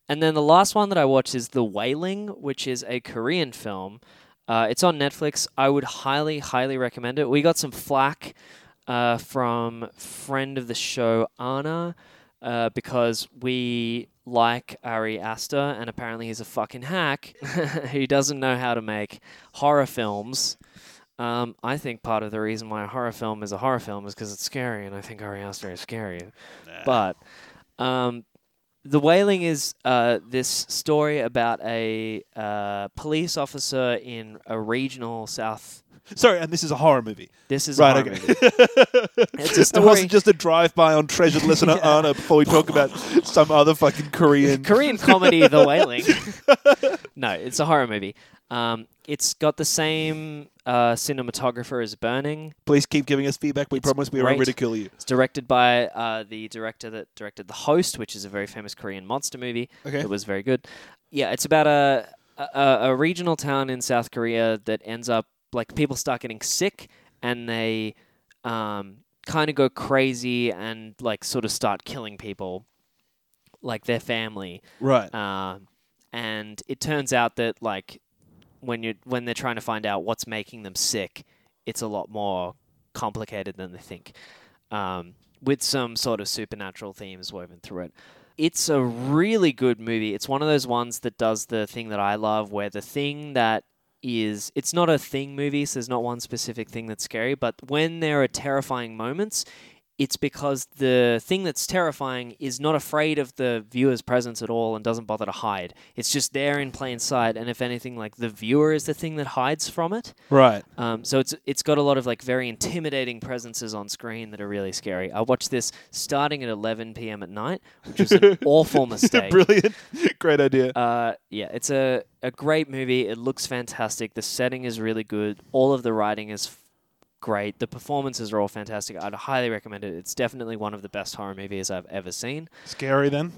And then the last one that I watched is The Wailing, which is a Korean film. Uh, it's on Netflix. I would highly, highly recommend it. We got some flack uh, from friend of the show, Anna, uh, because we like Ari Aster, and *laughs* apparently he's a fucking hack who doesn't know how to make horror films. Um, I think part of the reason why a horror film is a horror film is because it's scary, and I think Ari Aster is scary. But um, the Wailing is uh, this story about a uh, police officer in a regional South. Sorry, and this is a horror movie. This is a Right, horror okay. movie. *laughs* It's a It story- wasn't just a drive by on Treasured *laughs* Listener Anna before we talk about some other fucking Korean. Korean comedy, The *laughs* Wailing. no, it's a horror movie. Um, it's got the same uh, cinematographer as Burning. Please keep giving us feedback. We promise we great. won't ridicule you. It's directed by uh, the director that directed The Host, which is a very famous Korean monster movie. Okay. It was very good. Yeah, it's about a, a a regional town in South Korea that ends up like people start getting sick and they um, kind of go crazy and like sort of start killing people, like their family. Right. Um, and it turns out that like when you when they're trying to find out what's making them sick, it's a lot more complicated than they think, um, with some sort of supernatural themes woven through it. It's a really good movie. It's one of those ones that does the thing that I love, where the thing that is it's not a thing movie, so there's not one specific thing that's scary, but when there are terrifying moments, it's because the thing that's terrifying is not afraid of the viewer's presence at all and doesn't bother to hide. It's just there in plain sight, and if anything, like the viewer is the thing that hides from it. Right. Um, so it's it's got a lot of like very intimidating presences on screen that are really scary. I watched this starting at 11 p.m. at night, which was an awful mistake. Brilliant. *laughs* Great idea. Uh, yeah, it's a, a great movie. It looks fantastic. The setting is really good. All of the writing is f- great. The performances are all fantastic. I'd highly recommend it. It's definitely one of the best horror movies I've ever seen. Scary then?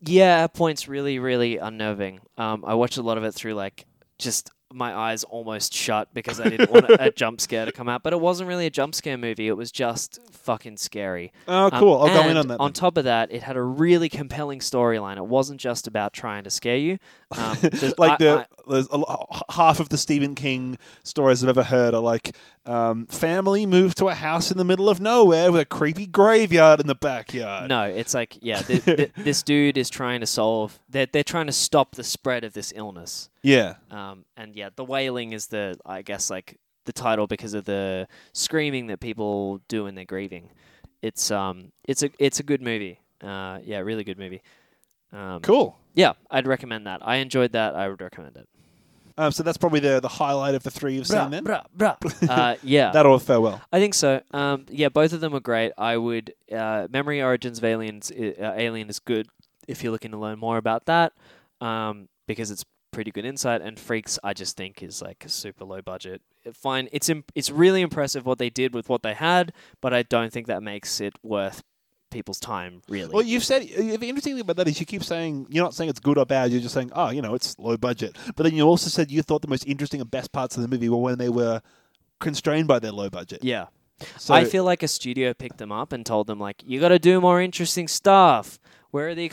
Yeah, at points really, really unnerving. Um, I watched a lot of it through like just my eyes almost shut because I didn't want a jump scare to come out. But it wasn't really a jump scare movie. It was just fucking scary. Oh, Um, cool. I'll go in and on that. On then. top of that, it had a really compelling storyline. It wasn't just about trying to scare you. *laughs* Um, there's- like I- the I- there's a, lo- h- half of the Stephen King stories I've ever heard are like um, family moved to a house in the middle of nowhere with a creepy graveyard in the backyard. no, it's like yeah, *laughs* th- th- this dude is trying to solve. They're they're trying to stop the spread of this illness. Yeah, Um, and yeah, the wailing is the I guess like the title because of the screaming that people do when they're grieving. It's um it's a it's a good movie. Uh, yeah, really good movie. Um, cool. Yeah, I'd recommend that. I enjoyed that. I would recommend it. Um, so that's probably the the highlight of the three you've seen then. *laughs* Uh, yeah. That or farewell. I think so. Um, yeah, both of them are great. I would uh, Memory Origins of Aliens i- uh, Alien is good if you're looking to learn more about that um, because it's pretty good insight. And Freaks, I just think is like a super low budget. Fine, it's imp- it's really impressive what they did with what they had, but I don't think that makes it worth people's time. Really, Well, you've said uh, the interesting thing about that is you keep saying you're not saying it's good or bad. You're just saying, oh, you know, it's low budget. But then you also said you thought the most interesting and best parts of the movie were when they were constrained by their low budget. yeah. So I feel like a studio picked them up and told them like, "You got to do more interesting stuff. Where are the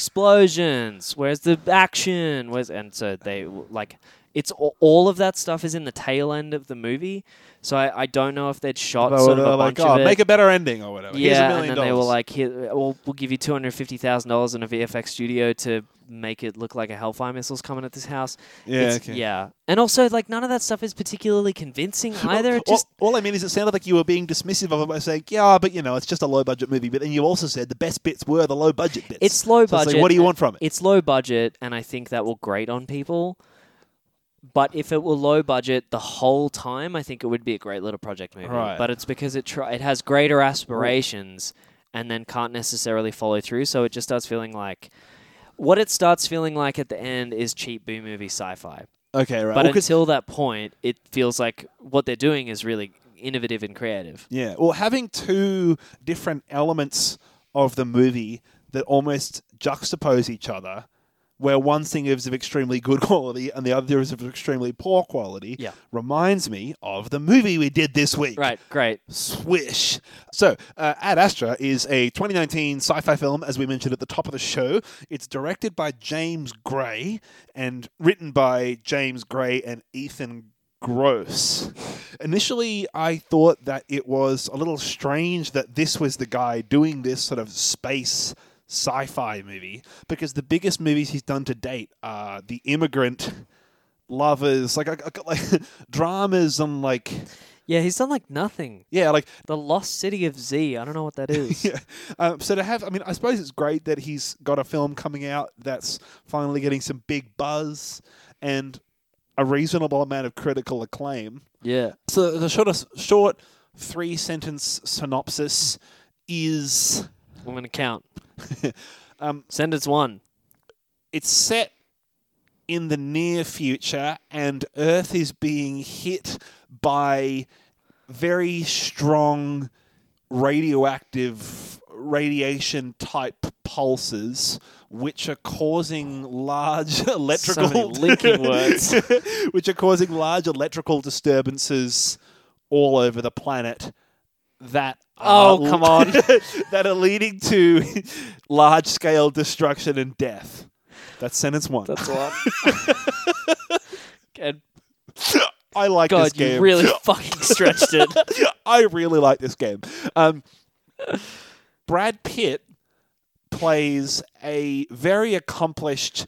explosions? Where's the action? Where's?" And so they like, it's all, all of that stuff is in the tail end of the movie. So I, I don't know if they'd shot Well, sort of they're a like, bunch oh, of it. make a better ending or whatever. Here's a yeah, million and then dollars. they were like, Here, uh, "We'll we'll give you two hundred fifty thousand dollars and a VFX studio to." Make it look like a Hellfire missile's coming at this house. Yeah, It's- okay. yeah, and also like none of that stuff is *laughs* particularly convincing either. It all, just all I mean is it sounded like you were being dismissive of it by saying, yeah, but you know, it's just a low budget movie. But then you also said the best bits were the low budget bits. It's low So like, budget. what do you and- want from it? It's low budget, and I think that will grate on people. But if it were low budget the whole time, I think it would be a great little project movie. Right. But it's because it try- it has greater aspirations and then can't necessarily follow through, so it just starts feeling like what it starts feeling like at the end is cheap B movie sci-fi. okay, right. But Well, 'cause- until that point, it feels like what they're doing is really innovative and creative. yeah. Well, having two different elements of the movie that almost juxtapose each other, where one thing is of extremely good *laughs* quality and the other is of extremely poor quality, Yeah. reminds me of the movie we did this week. Right, great. Swish. So, uh, Ad Astra is a 2019 sci fi film, as we mentioned at the top of the show. It's directed by James Gray and written by James Gray and Ethan Gross. Initially, I thought that it was a little strange that this was the guy doing this sort of space sci fi movie, because the biggest movies he's done to date are *laughs* The Immigrant. Lovers, like, like, like dramas and like Yeah, he's done like nothing. Yeah, like The Lost City of Z. I don't know what *laughs* that is. Yeah. Um, so to have, I mean, I suppose it's great that he's got a film coming out that's finally getting some big buzz and a reasonable amount of critical acclaim. yeah. So the shortest, short three sentence synopsis is I'm going to count. *laughs* Um, Sentence one. it's set in the near future and Earth is being hit by very strong radioactive radiation type pulses which are causing large *laughs* electrical many linking words. *laughs* which are causing large electrical disturbances all over the planet that Oh, are- come on. *laughs* that are leading to *laughs* large scale destruction and death. That's sentence one. That's *laughs* one. God, I like this God game. *laughs* you really fucking stretched it. I really like this game. Um, Brad Pitt plays a very accomplished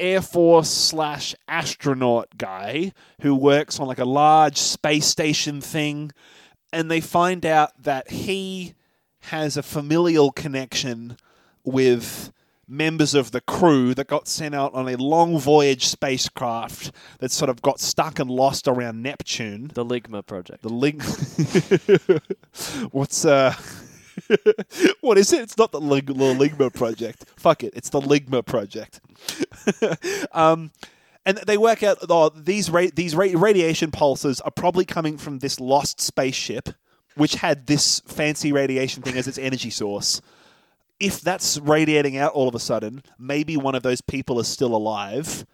Air Force slash astronaut guy who works on like a large space station thing, and they find out that he has a familial connection with members of the crew that got sent out on a long voyage spacecraft that sort of got stuck and lost around Neptune. The Ligma Project. The Lig. *laughs* What's uh? *laughs* what is it? It's not the Lig- the Ligma project. Fuck it. It's the Ligma project. *laughs* um, and they work out oh, these ra- these ra- radiation pulses are probably coming from this lost spaceship, which had this fancy radiation thing as its energy source. If that's radiating out all of a sudden, maybe one of those people is still alive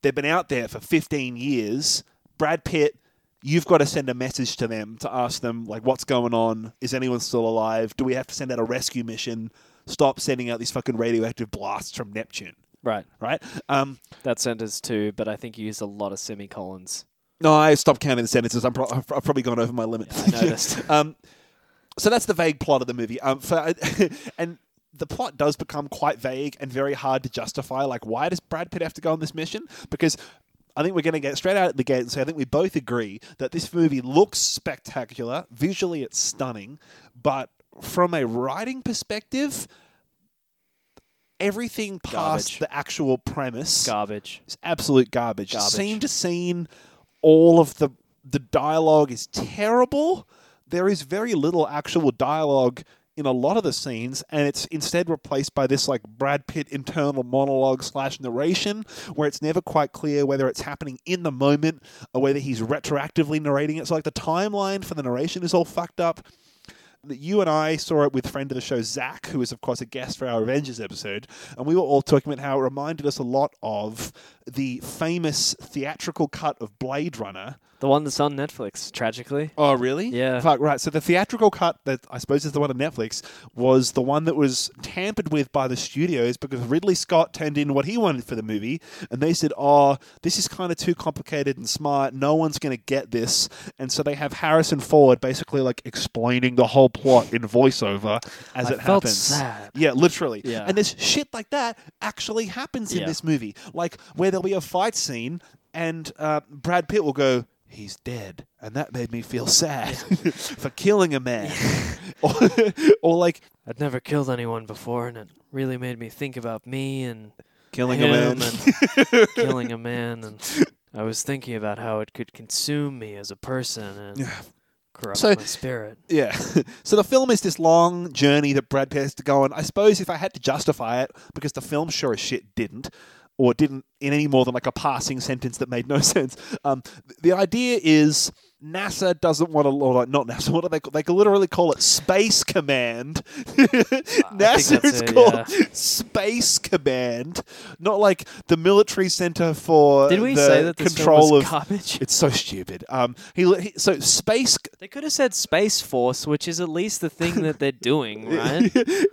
they've been out there for 15 years. Brad Pitt, you've got to send a message to them to ask them like what's going on? Is anyone still alive? Do we have to send out a rescue mission? Stop sending out these fucking radioactive blasts from Neptune, Right. right? Um, That sentence two, but I think you used a lot of semicolons. no, I stopped counting the sentences. I'm pro- I've I've probably gone over my limit. I *laughs* noticed. um, so that's the vague plot of the movie. Um, for, *laughs* and the plot does become quite vague and very hard to justify. Like, why does Brad Pitt have to go on this mission? Because I think we're going to get straight out at the gate and say I think we both agree that this movie looks spectacular. Visually, it's stunning, but from a writing perspective, everything past Garbage. the actual premise Garbage. it's absolute garbage. Garbage. Scene to scene, all of the the dialogue is terrible. There is very little actual dialogue in a lot of the scenes, and it's instead replaced by this like Brad Pitt internal monologue slash narration, where it's never quite clear whether it's happening in the moment or whether he's retroactively narrating it. So like the timeline for the narration is all fucked up that you and I saw it with friend of the show Zach, who is of course a guest for our Avengers episode, and we were all talking about how it reminded us a lot of the famous theatrical cut of Blade Runner. The one that's on Netflix, tragically. Oh, really? Yeah. Fuck right. So the theatrical cut that I suppose is the one on Netflix was the one that was tampered with by the studios because Ridley Scott turned in what he wanted for the movie, and they said, "Oh, this is kind of too complicated and smart. No one's going to get this." And so they have Harrison Ford basically like explaining the whole plot in voiceover as I it felt happens. sad. Yeah, literally. Yeah. And this shit like that actually happens in Yeah. this movie. Like where there'll be a fight scene and uh, Brad Pitt will go, "He's dead," and that made me feel sad *laughs* for killing a *laughs* man. *laughs* or, or like I'd never killed anyone before, and it really made me think about me and killing him a man. and killing a man. And I was thinking about how it could consume me as a person and Yeah. corrupt So- my spirit. Yeah. *laughs* So the film is this long journey that Brad Pitt has to go on. I suppose if I had to justify it, because the film sure as shit didn't, or didn't in any more than like a passing sentence that made no *laughs* sense. Um, th- the idea is NASA doesn't want to, or like not NASA, *laughs* what do they call They literally call it Space Command. NASA that's is it, called yeah. Space Command, not like the military center for Did we Uh, the say that this control film was of. garbage? It's so stupid. Um, he, he so space They could have said Space Force, which is at least the thing that *laughs* they're doing, right?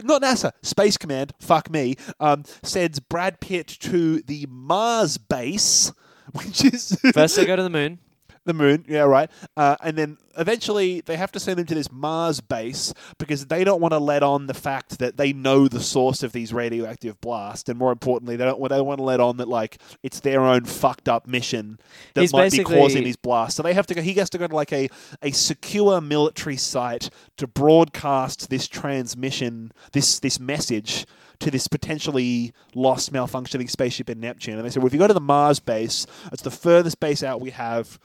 not NASA, Space Command, fuck me, um, sends Brad Pitt to the Mars base, *laughs* which is. First they go to the moon. The moon, yeah, right. Uh, and then eventually they have to send them to this Mars base because they don't want to let on the fact that they know the source of these radioactive blasts, and more importantly, they don't want they want to let on that like it's their own fucked up mission that He's might be causing basically- these blasts. So they have to go. He has to go to like a a secure military site to broadcast this transmission, this this message to this potentially lost malfunctioning spaceship in Neptune. And they said, well, if you go to the Mars base, it's the furthest base out we have.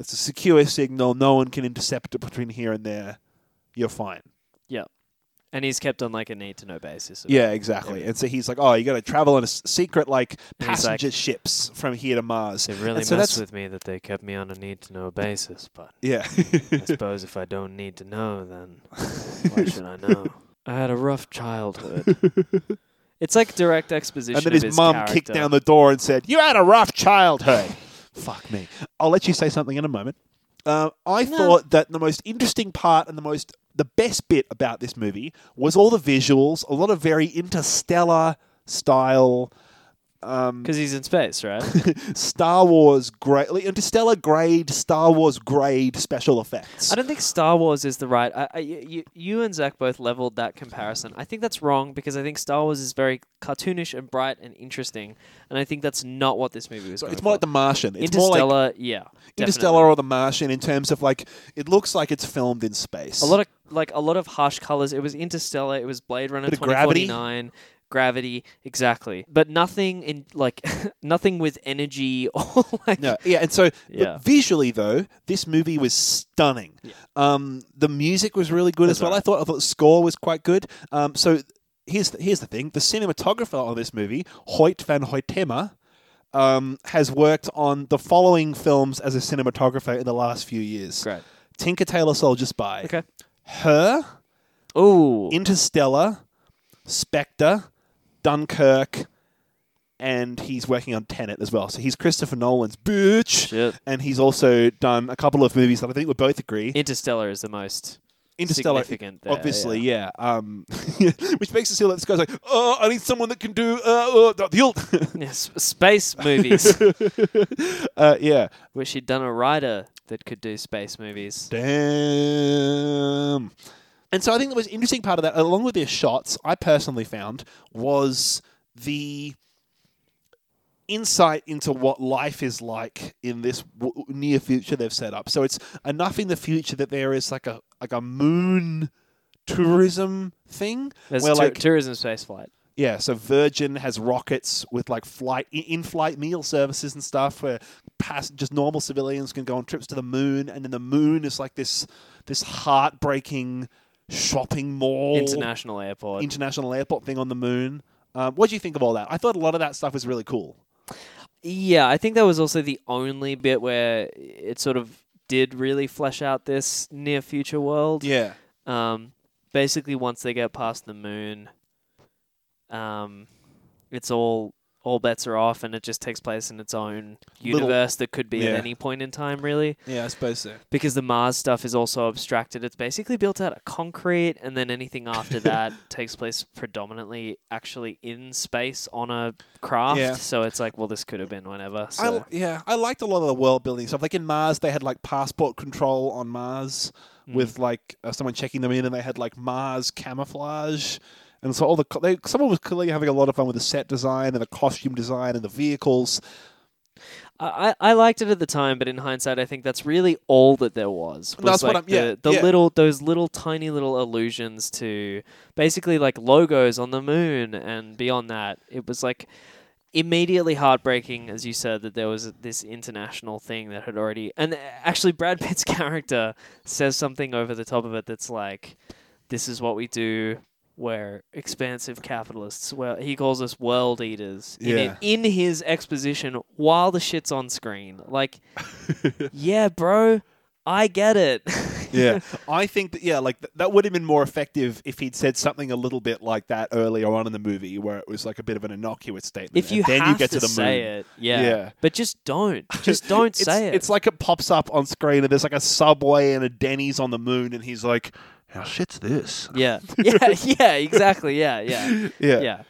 It's a secure signal. No one can intercept it between here and there. You're fine. Yeah. And he's kept on like a need to know basis. of- Yeah, exactly. And so he's like, "Oh, you got to travel on a s- secret like And he's like- passenger ships from here to Mars." They really and so messed that's with me that they kept me on a need to know basis, but *laughs* yeah. I suppose if I don't need to know, then *laughs* why should I know? I had a rough childhood. It's like direct exposition. and then of his, his mum character. kicked down the door and said, "You had a rough childhood." Fuck me. I'll let you say something in a moment. Uh, I thought that the most interesting part and the most the best bit about this movie was all the visuals, a lot of very interstellar style because he's in space, right? Star Wars grade, like, interstellar grade Star Wars grade special effects. I don't think Star Wars is the right. I, I, you, you and Zach both leveled that comparison. I think that's wrong because I think Star Wars is very cartoonish and bright and interesting, and I think that's not what this movie was. So going it's more like for. The Martian. It's more Interstellar. like yeah, Interstellar definitely. or The Martian in terms of like it looks like it's filmed in space. A lot of like a lot of harsh colors. It was Interstellar. It was Blade Runner Bit of twenty gravity. forty nine. Gravity, exactly, but nothing in like *laughs* nothing with energy *laughs* or like No, yeah, and so but Yeah. visually though, this movie was stunning. Um, the music was really good as well. I thought I thought the score was quite good. Um, so here's the, here's the thing: the cinematographer on this movie, Hoyt van Hoytema, um, has worked on the following films as a cinematographer in the last few years: great. Tinker Tailor Soldier Spy, Okay. Her, Oh, Interstellar, Spectre, Dunkirk, and he's working on Tenet as well. So he's Christopher Nolan's bitch. Shit. And he's also done a couple of movies that I think we both agree. Interstellar is the most Interstellar, significant there, obviously, yeah. Um, *laughs* which makes us feel like this guy's like, oh, I need someone that can do uh, uh, the- the old-" yeah, s- space movies. *laughs* uh, yeah. Wish he'd done a writer that could do space movies. Damn. And so I think the most interesting part of that, along with their shots, I personally found was the insight into what life is like in this w- near future they've set up. So it's enough in the future that there is like a like a moon tourism thing There's where tou- like tourism space flight. yeah, so Virgin has rockets with like flight in- in-flight meal services and stuff where pass- just normal civilians can go on trips to the moon and then the moon is like this this heartbreaking shopping mall International airport. international airport thing on the moon. Um, what do you think of all that? I thought a lot of that stuff was really cool. yeah, I think that was also the only bit where it sort of did really flesh out this near future world. Yeah. Um, basically, once they get past the moon, um, it's all all bets are off, and it just takes place in its own Little- universe that could be Yeah. at any point in time, really. Yeah, I suppose so. because the Mars stuff is also abstracted. It's basically built out of concrete, and then anything *laughs* after that takes place predominantly actually in space on a craft. Yeah. So it's like, well, this could have been whenever. So. I, yeah, I liked a lot of the world building stuff. Like in Mars, they had like passport control on Mars Mm. with like uh, someone checking them in, and they had like Mars camouflage. And so all the co- they, someone was clearly having a lot of fun with the set design and the costume design and the vehicles. I, I I liked it at the time, but in hindsight, I think that's really all that there was. was That's what I'm- like yeah, the, the yeah. little those little tiny little allusions to basically like logos on the moon and beyond that, it was like immediately heartbreaking, as you said, that there was this international thing that had already and uh, actually Brad Pitt's *laughs* character says something over the top of it that's like, "This is what we do." We're expansive capitalists. Well, he calls us world eaters. in Yeah. it in his exposition while the shit's on screen. *laughs* Like, yeah, bro, I get it. Yeah, *laughs* I think that yeah, like th- that would have been more effective if he'd said something a little bit like that earlier on in the movie, where it was like a bit of an innocuous statement. *laughs* if and you then have you get to, the say moon. it, yeah. Yeah. but just don't, *laughs* just don't it's, say it. It's like it pops up on screen, and there's like a subway and a Denny's on the moon, and he's like, "How shit's this?" *laughs* yeah, yeah, *laughs* yeah, exactly, yeah, yeah, Yeah, *laughs* yeah.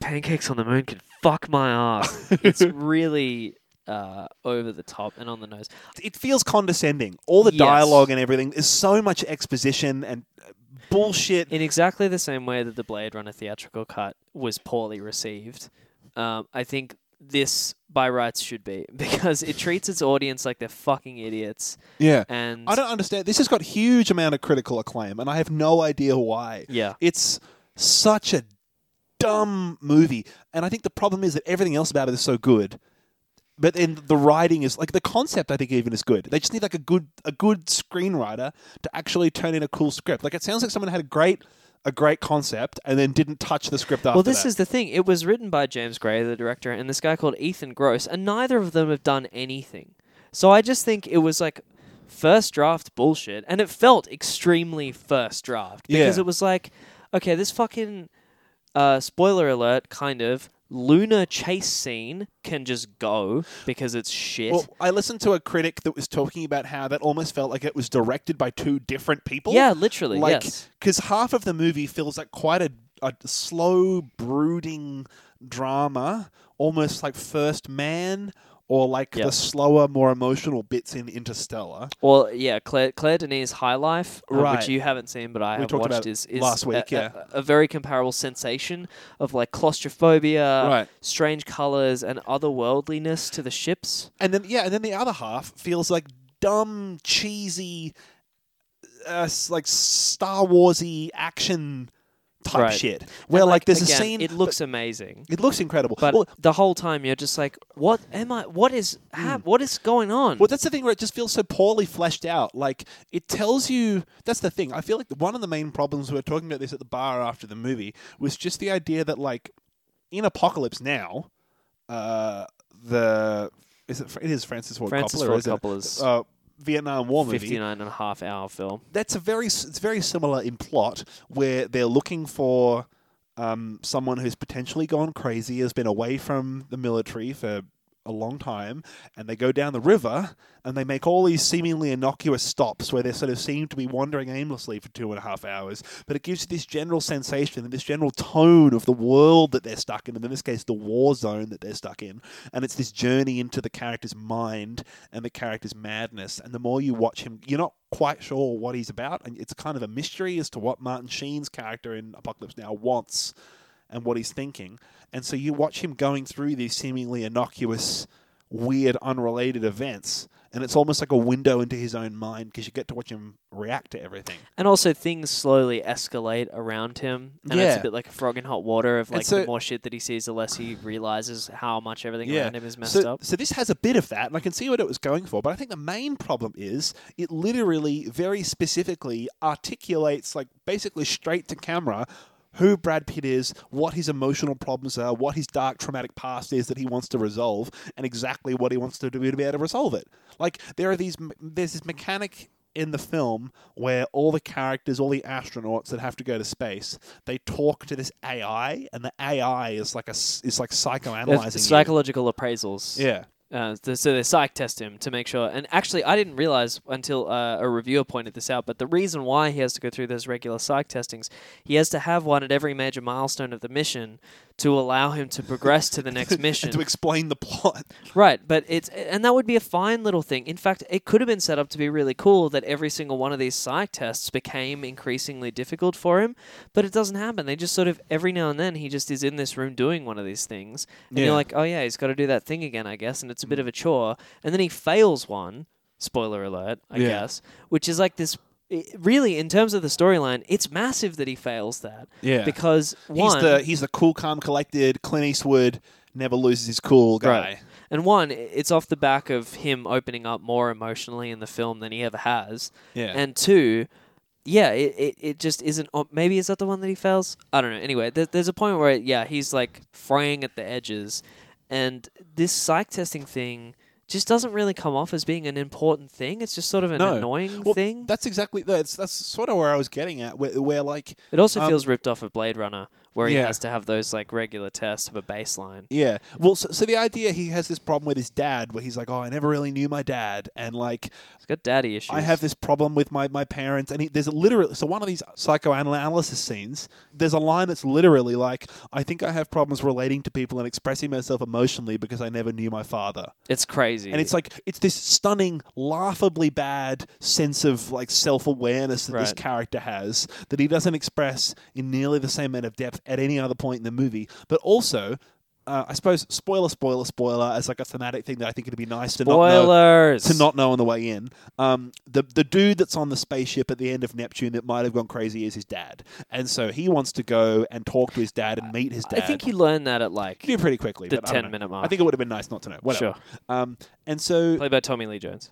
Pancakes on the moon can fuck my ass. It's really. Uh, uh, over the top and on the nose. It feels condescending. All the Yes. dialogue and everything is so much exposition and uh, bullshit. In exactly the same way that the Blade Runner theatrical cut was poorly received, um, I think this by rights should be *laughs* because it treats its audience like they're fucking idiots. yeah. And I don't understand. This has got huge amount of critical acclaim, and I have no idea why. yeah, It's such a dumb movie, and I think the problem is that everything else about it is so good. But then the writing is like the concept. I think even is good. They just need like a good a good screenwriter to actually turn in a cool script. Like it sounds like someone had a great a great concept and then didn't touch the script after. Well, this that. is the thing. It was written by James Gray, the director, and this guy called Ethan Gross, and neither of them have done anything. So I just think it was like first draft bullshit, and it felt extremely first draft because Yeah. it was like, okay, this fucking uh, spoiler alert, kind of Luna chase scene can just go because it's shit. Well, I listened to a critic that was talking about how that almost felt like it was directed by two different people. yeah, literally. like yes. because half of the movie feels like quite a, a slow brooding drama almost like first man or like Yeah. the slower more emotional bits in interstellar Well, yeah, Claire, Claire Denis' High Life, uh, Right. which you haven't seen, but I We have talked watched, about it is, is last a- week, a, yeah. a, very comparable sensation of like claustrophobia, Right. strange colors, and otherworldliness to the ships. and then yeah and then the other half feels like dumb cheesy uh, s- like star warsy action type Right. shit And, where like, there's again, a scene It looks amazing, it looks incredible but Well, Hmm. the whole time you're just like, what am I? What is hap- What is going on? Well, that's the thing where it just feels so poorly fleshed out. Like it tells you that's the thing. I feel like one of the main problems we were talking about this at the bar after the movie was just the idea that like in Apocalypse Now, uh, the is it it is Francis Ford Francis Coppola, Ford isn't it? Coppola's uh, Vietnam War movie 59 and a half hour film. that's a very it's very similar in plot where they're looking for um, someone who's potentially gone crazy has been away from the military for a long time and they go down the river and they make all these seemingly innocuous stops where they sort of seem to be wandering aimlessly for two and a half hours but it gives you this general sensation and this general tone of the world that they're stuck in and in this case the war zone that they're stuck in and it's this journey into the character's mind and the character's madness and the more you watch him you're not quite sure what he's about and it's kind of a mystery as to what martin sheen's character in apocalypse now wants and what he's thinking and so you watch him going through these seemingly innocuous weird unrelated events and it's almost like a window into his own mind because you get to watch him react to everything And also, things slowly escalate around him, and it's a Yeah. bit like a frog in hot water. Of And like, so- the more shit that he sees, the less he realizes how much everything Yeah. around him is messed so, up. so this has a bit of that, and I can see what it was going for. But I think the main problem is it literally, very specifically, articulates like basically straight to camera who Brad Pitt is, what his emotional problems are, what his dark traumatic past is that he wants to resolve, and exactly what he wants to do to be able to resolve it. Like there are these, m- there's this mechanic in the film where all the characters, all the astronauts that have to go to space, they talk to this AI, and the AI is like a s- is like They're psychoanalyzing. you. psychological appraisals. Yeah. Uh, th- so they psych test him to make sure. And actually, I didn't realize until uh, a reviewer pointed this out. But the reason why he has to go through those regular psych testings, he has to have one at every major milestone of the mission to allow him to progress to the next *laughs* mission. to explain the plot. Right, but it's and that would be a fine little thing. In fact, it could have been set up to be really cool that every single one of these psych tests became increasingly difficult for him, but it doesn't happen. They just sort of every now and then he just is in this room doing one of these things, and Yeah. Mm. you're like, oh yeah, he's got to do that thing again, I guess, and it's a bit of a chore. And then he fails one. Spoiler alert, I Yeah. guess, which is like this. i really, in terms of the storyline, it's massive that he fails that. Yeah. because one, He's the he's the cool, calm, collected Clint Eastwood, never loses his cool guy. Right. And one, i- it's off the back of him opening up more emotionally in the film than he ever has. Yeah. And two, yeah, it, it, it just isn't. oh, Maybe is that the one that he fails? I don't know. Anyway, there, there's a point where, yeah, he's like fraying at the edges. And this psych testing thing just doesn't really come off as being an important thing. It's just sort of an No. annoying Well, thing. That's exactly that's that's sort of where I was getting at. Where, where like It also Um, feels ripped off of Blade Runner, where he Yeah. has to have those like regular tests of a baseline. Yeah. Well, so, so the idea he has this problem with his dad where he's like, oh, I never really knew my dad. And like, He's got daddy issues. I have this problem with my, my parents. And he, there's a literally, so one of these psychoanalysis scenes, there's a line that's literally like, I think I have problems relating to people and expressing myself emotionally because I never knew my father. It's crazy. And it's like, it's this stunning, laughably bad sense of like self awareness that this Right. character has that he doesn't express in nearly the same amount of depth at any other point in the movie. But also, uh, I suppose, spoiler, spoiler, spoiler, as like a thematic thing that I think it'd be nice to not know spoilers. to not know on the way in. Um, the the dude that's on the spaceship at the end of Neptune that might have gone crazy is his dad, and so he wants to go and talk to his dad and meet his dad. I think he learned that at like He knew pretty quickly. the but I don't know. 10 minute I mark. think it would have been nice not to know. Whatever. sure. Um, and so, Played by Tommy Lee Jones.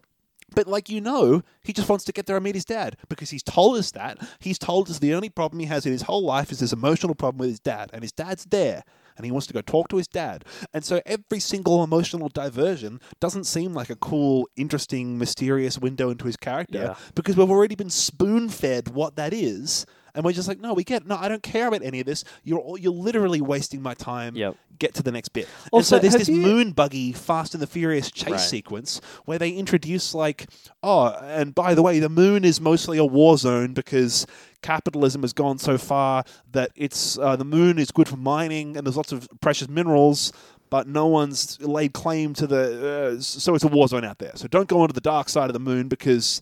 but like you know, he just wants to get there and meet his dad because he's told us that. He's told us the only problem he has in his whole life is this emotional problem with his dad, and his dad's there. And he wants to go talk to his dad. And so every single emotional diversion doesn't seem like a cool, interesting, mysterious window into his character Yeah. because we've already been spoon fed what that is. And we're just like, no, we get no. I don't care about any of this. You're all, you're literally wasting my time. Yep. Get to the next bit. Also, and so have there's this you- moon buggy Fast and the Furious chase Right. sequence where they introduce like, oh, and by the way, the moon is mostly a war zone because capitalism has gone so far that it's uh, the moon is good for mining and there's lots of precious minerals. But no one's laid claim to the, uh, s- so it's a war zone out there. So don't go onto the dark side of the moon because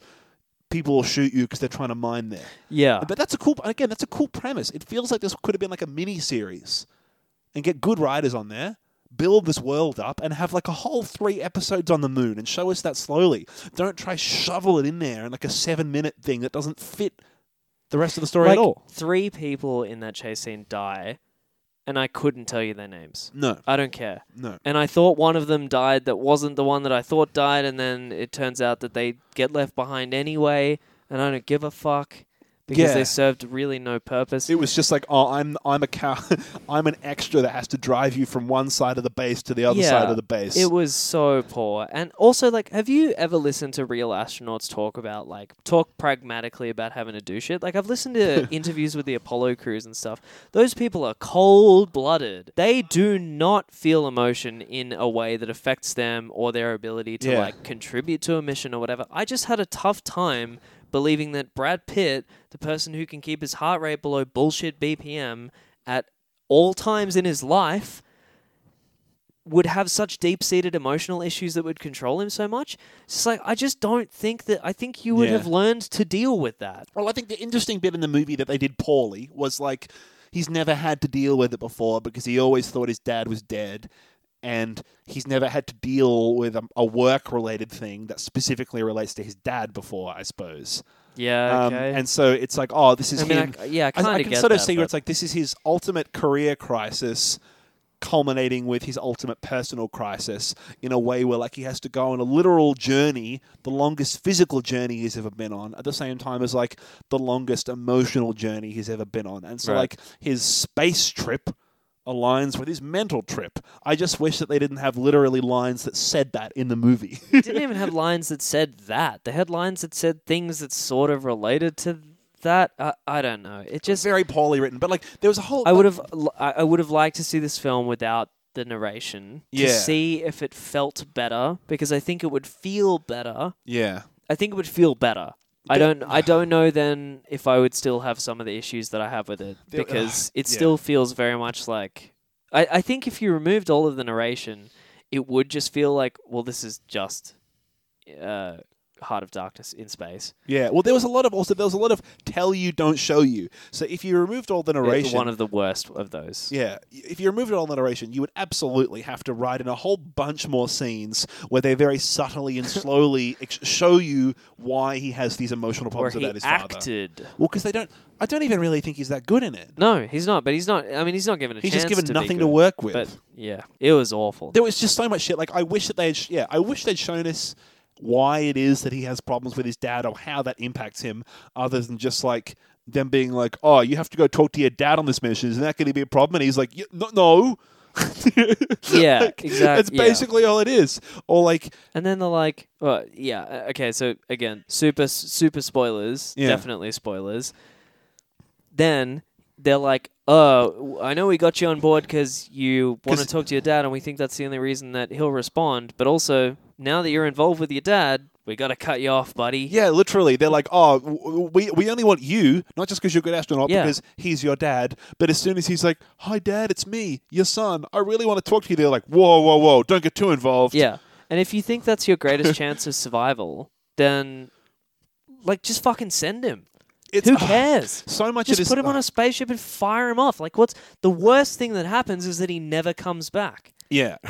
people will shoot you because they're trying to mine there. Yeah. But that's a cool. Again, that's a cool premise. It feels like this could have been like a mini series, and get good writers on there, build this world up, and have like a whole three episodes on the moon, and show us that slowly. Don't try shovel it in there in like a seven minute thing that doesn't fit the rest of the story like, at all. Three people in that chase scene die, and I couldn't tell you their names. No, I don't care. no. And I thought one of them died that wasn't the one that I thought died, and then it turns out that they get left behind anyway, and I don't give a fuck because Yeah. they served really no purpose. It was just like, oh, I'm I'm a cow, *laughs* I'm an extra that has to drive you from one side of the base to the other Yeah. side of the base. It was so poor. And also, like, have you ever listened to real astronauts talk about, like, talk pragmatically about having to do shit? Like, I've *laughs* listened to interviews with the Apollo crews and stuff. Those people are cold blooded. They do not feel emotion in a way that affects them or their ability to, Yeah. like, contribute to a mission or whatever. I just had a tough time believing that Brad Pitt, the person who can keep his heart rate below bullshit BPM at all times in his life, would have such deep seated emotional issues that would control him so much. It's just like I just don't think that I think you would Yeah. have learned to deal with that. Well, I think the interesting bit in the movie that they did poorly was like he's never had to deal with it before because he always thought his dad was dead, and he's never had to deal with a, a work-related thing that specifically relates to his dad before, I suppose. Yeah, Um, okay. and so it's like, oh, this is I mean, him. I, yeah, I I, kind I of can get sort of that, see where but- it's like this is his ultimate career crisis, culminating with his ultimate personal crisis in a way where like he has to go on a literal journey, the longest physical journey he's ever been on, at the same time as like the longest emotional journey he's ever been on, and so Right. like his space trip aligns with his mental trip. I just wish that they didn't have literally lines that said that in the movie. *laughs* didn't even have lines that said that. They had lines that said things that sort of related to that. I, I don't know. It It's just very poorly written, but like there was a whole I would have l- I I would have liked to see this film without the narration Yeah. to see if it felt better because I think it would feel better. yeah. I think it would feel better. I Don't- don't. *sighs* I don't know then if I would still have some of the issues that I have with it The- because it yeah. still feels very much like. I, I think if you removed all of the narration, it would just feel like, well, this is just uh, Heart of Darkness in space. Yeah, well, there was a lot of also there was a lot of tell you, don't show you. So if you removed all the narration, It's one of the worst of those. yeah, if you removed all the narration, you would absolutely have to write in a whole bunch more scenes where they very *laughs* subtly and slowly ex- show you why he has these emotional Where problems he about his father. acted. Well, because they don't, I don't even really think he's that good in it. No, he's not. But he's not. I mean, he's not given a He's chance. just given to be nothing good, to work with. But yeah, it *laughs* was awful. there was just so much shit. Like I wish that they, had sh- yeah, I wish they'd shown us why it is that he has problems with his dad or how that impacts him, other than just like them being like, "Oh, you have to go talk to your dad on this mission. Isn't that going to be a problem?" And he's like, "Y- "No." no. Yeah, exact- That's yeah. basically all it is. Or like, And then they're like, well, yeah, uh, okay, so again, super, super spoilers, Yeah. definitely spoilers. Then they're like, oh, I know we got you on board because you want to 'Cause- talk to your dad, and we think that's the only reason that he'll respond. But also, now that you're involved with your dad, we got to cut you off, buddy. Yeah, literally. They're like, oh, w- w- we, we only want you, not just because you're a good astronaut, Yeah. because he's your dad. But as soon as he's like, hi, dad, it's me, your son. I really want to talk to you. They're like, whoa, whoa, whoa, don't get too involved. Yeah. And if you think that's *laughs* your greatest chance of survival, then like just fucking send him. It's, Who oh, cares? so much Just of this. put him on a spaceship and fire him off. Like what's the worst thing that happens is that he never comes back. Yeah. *laughs*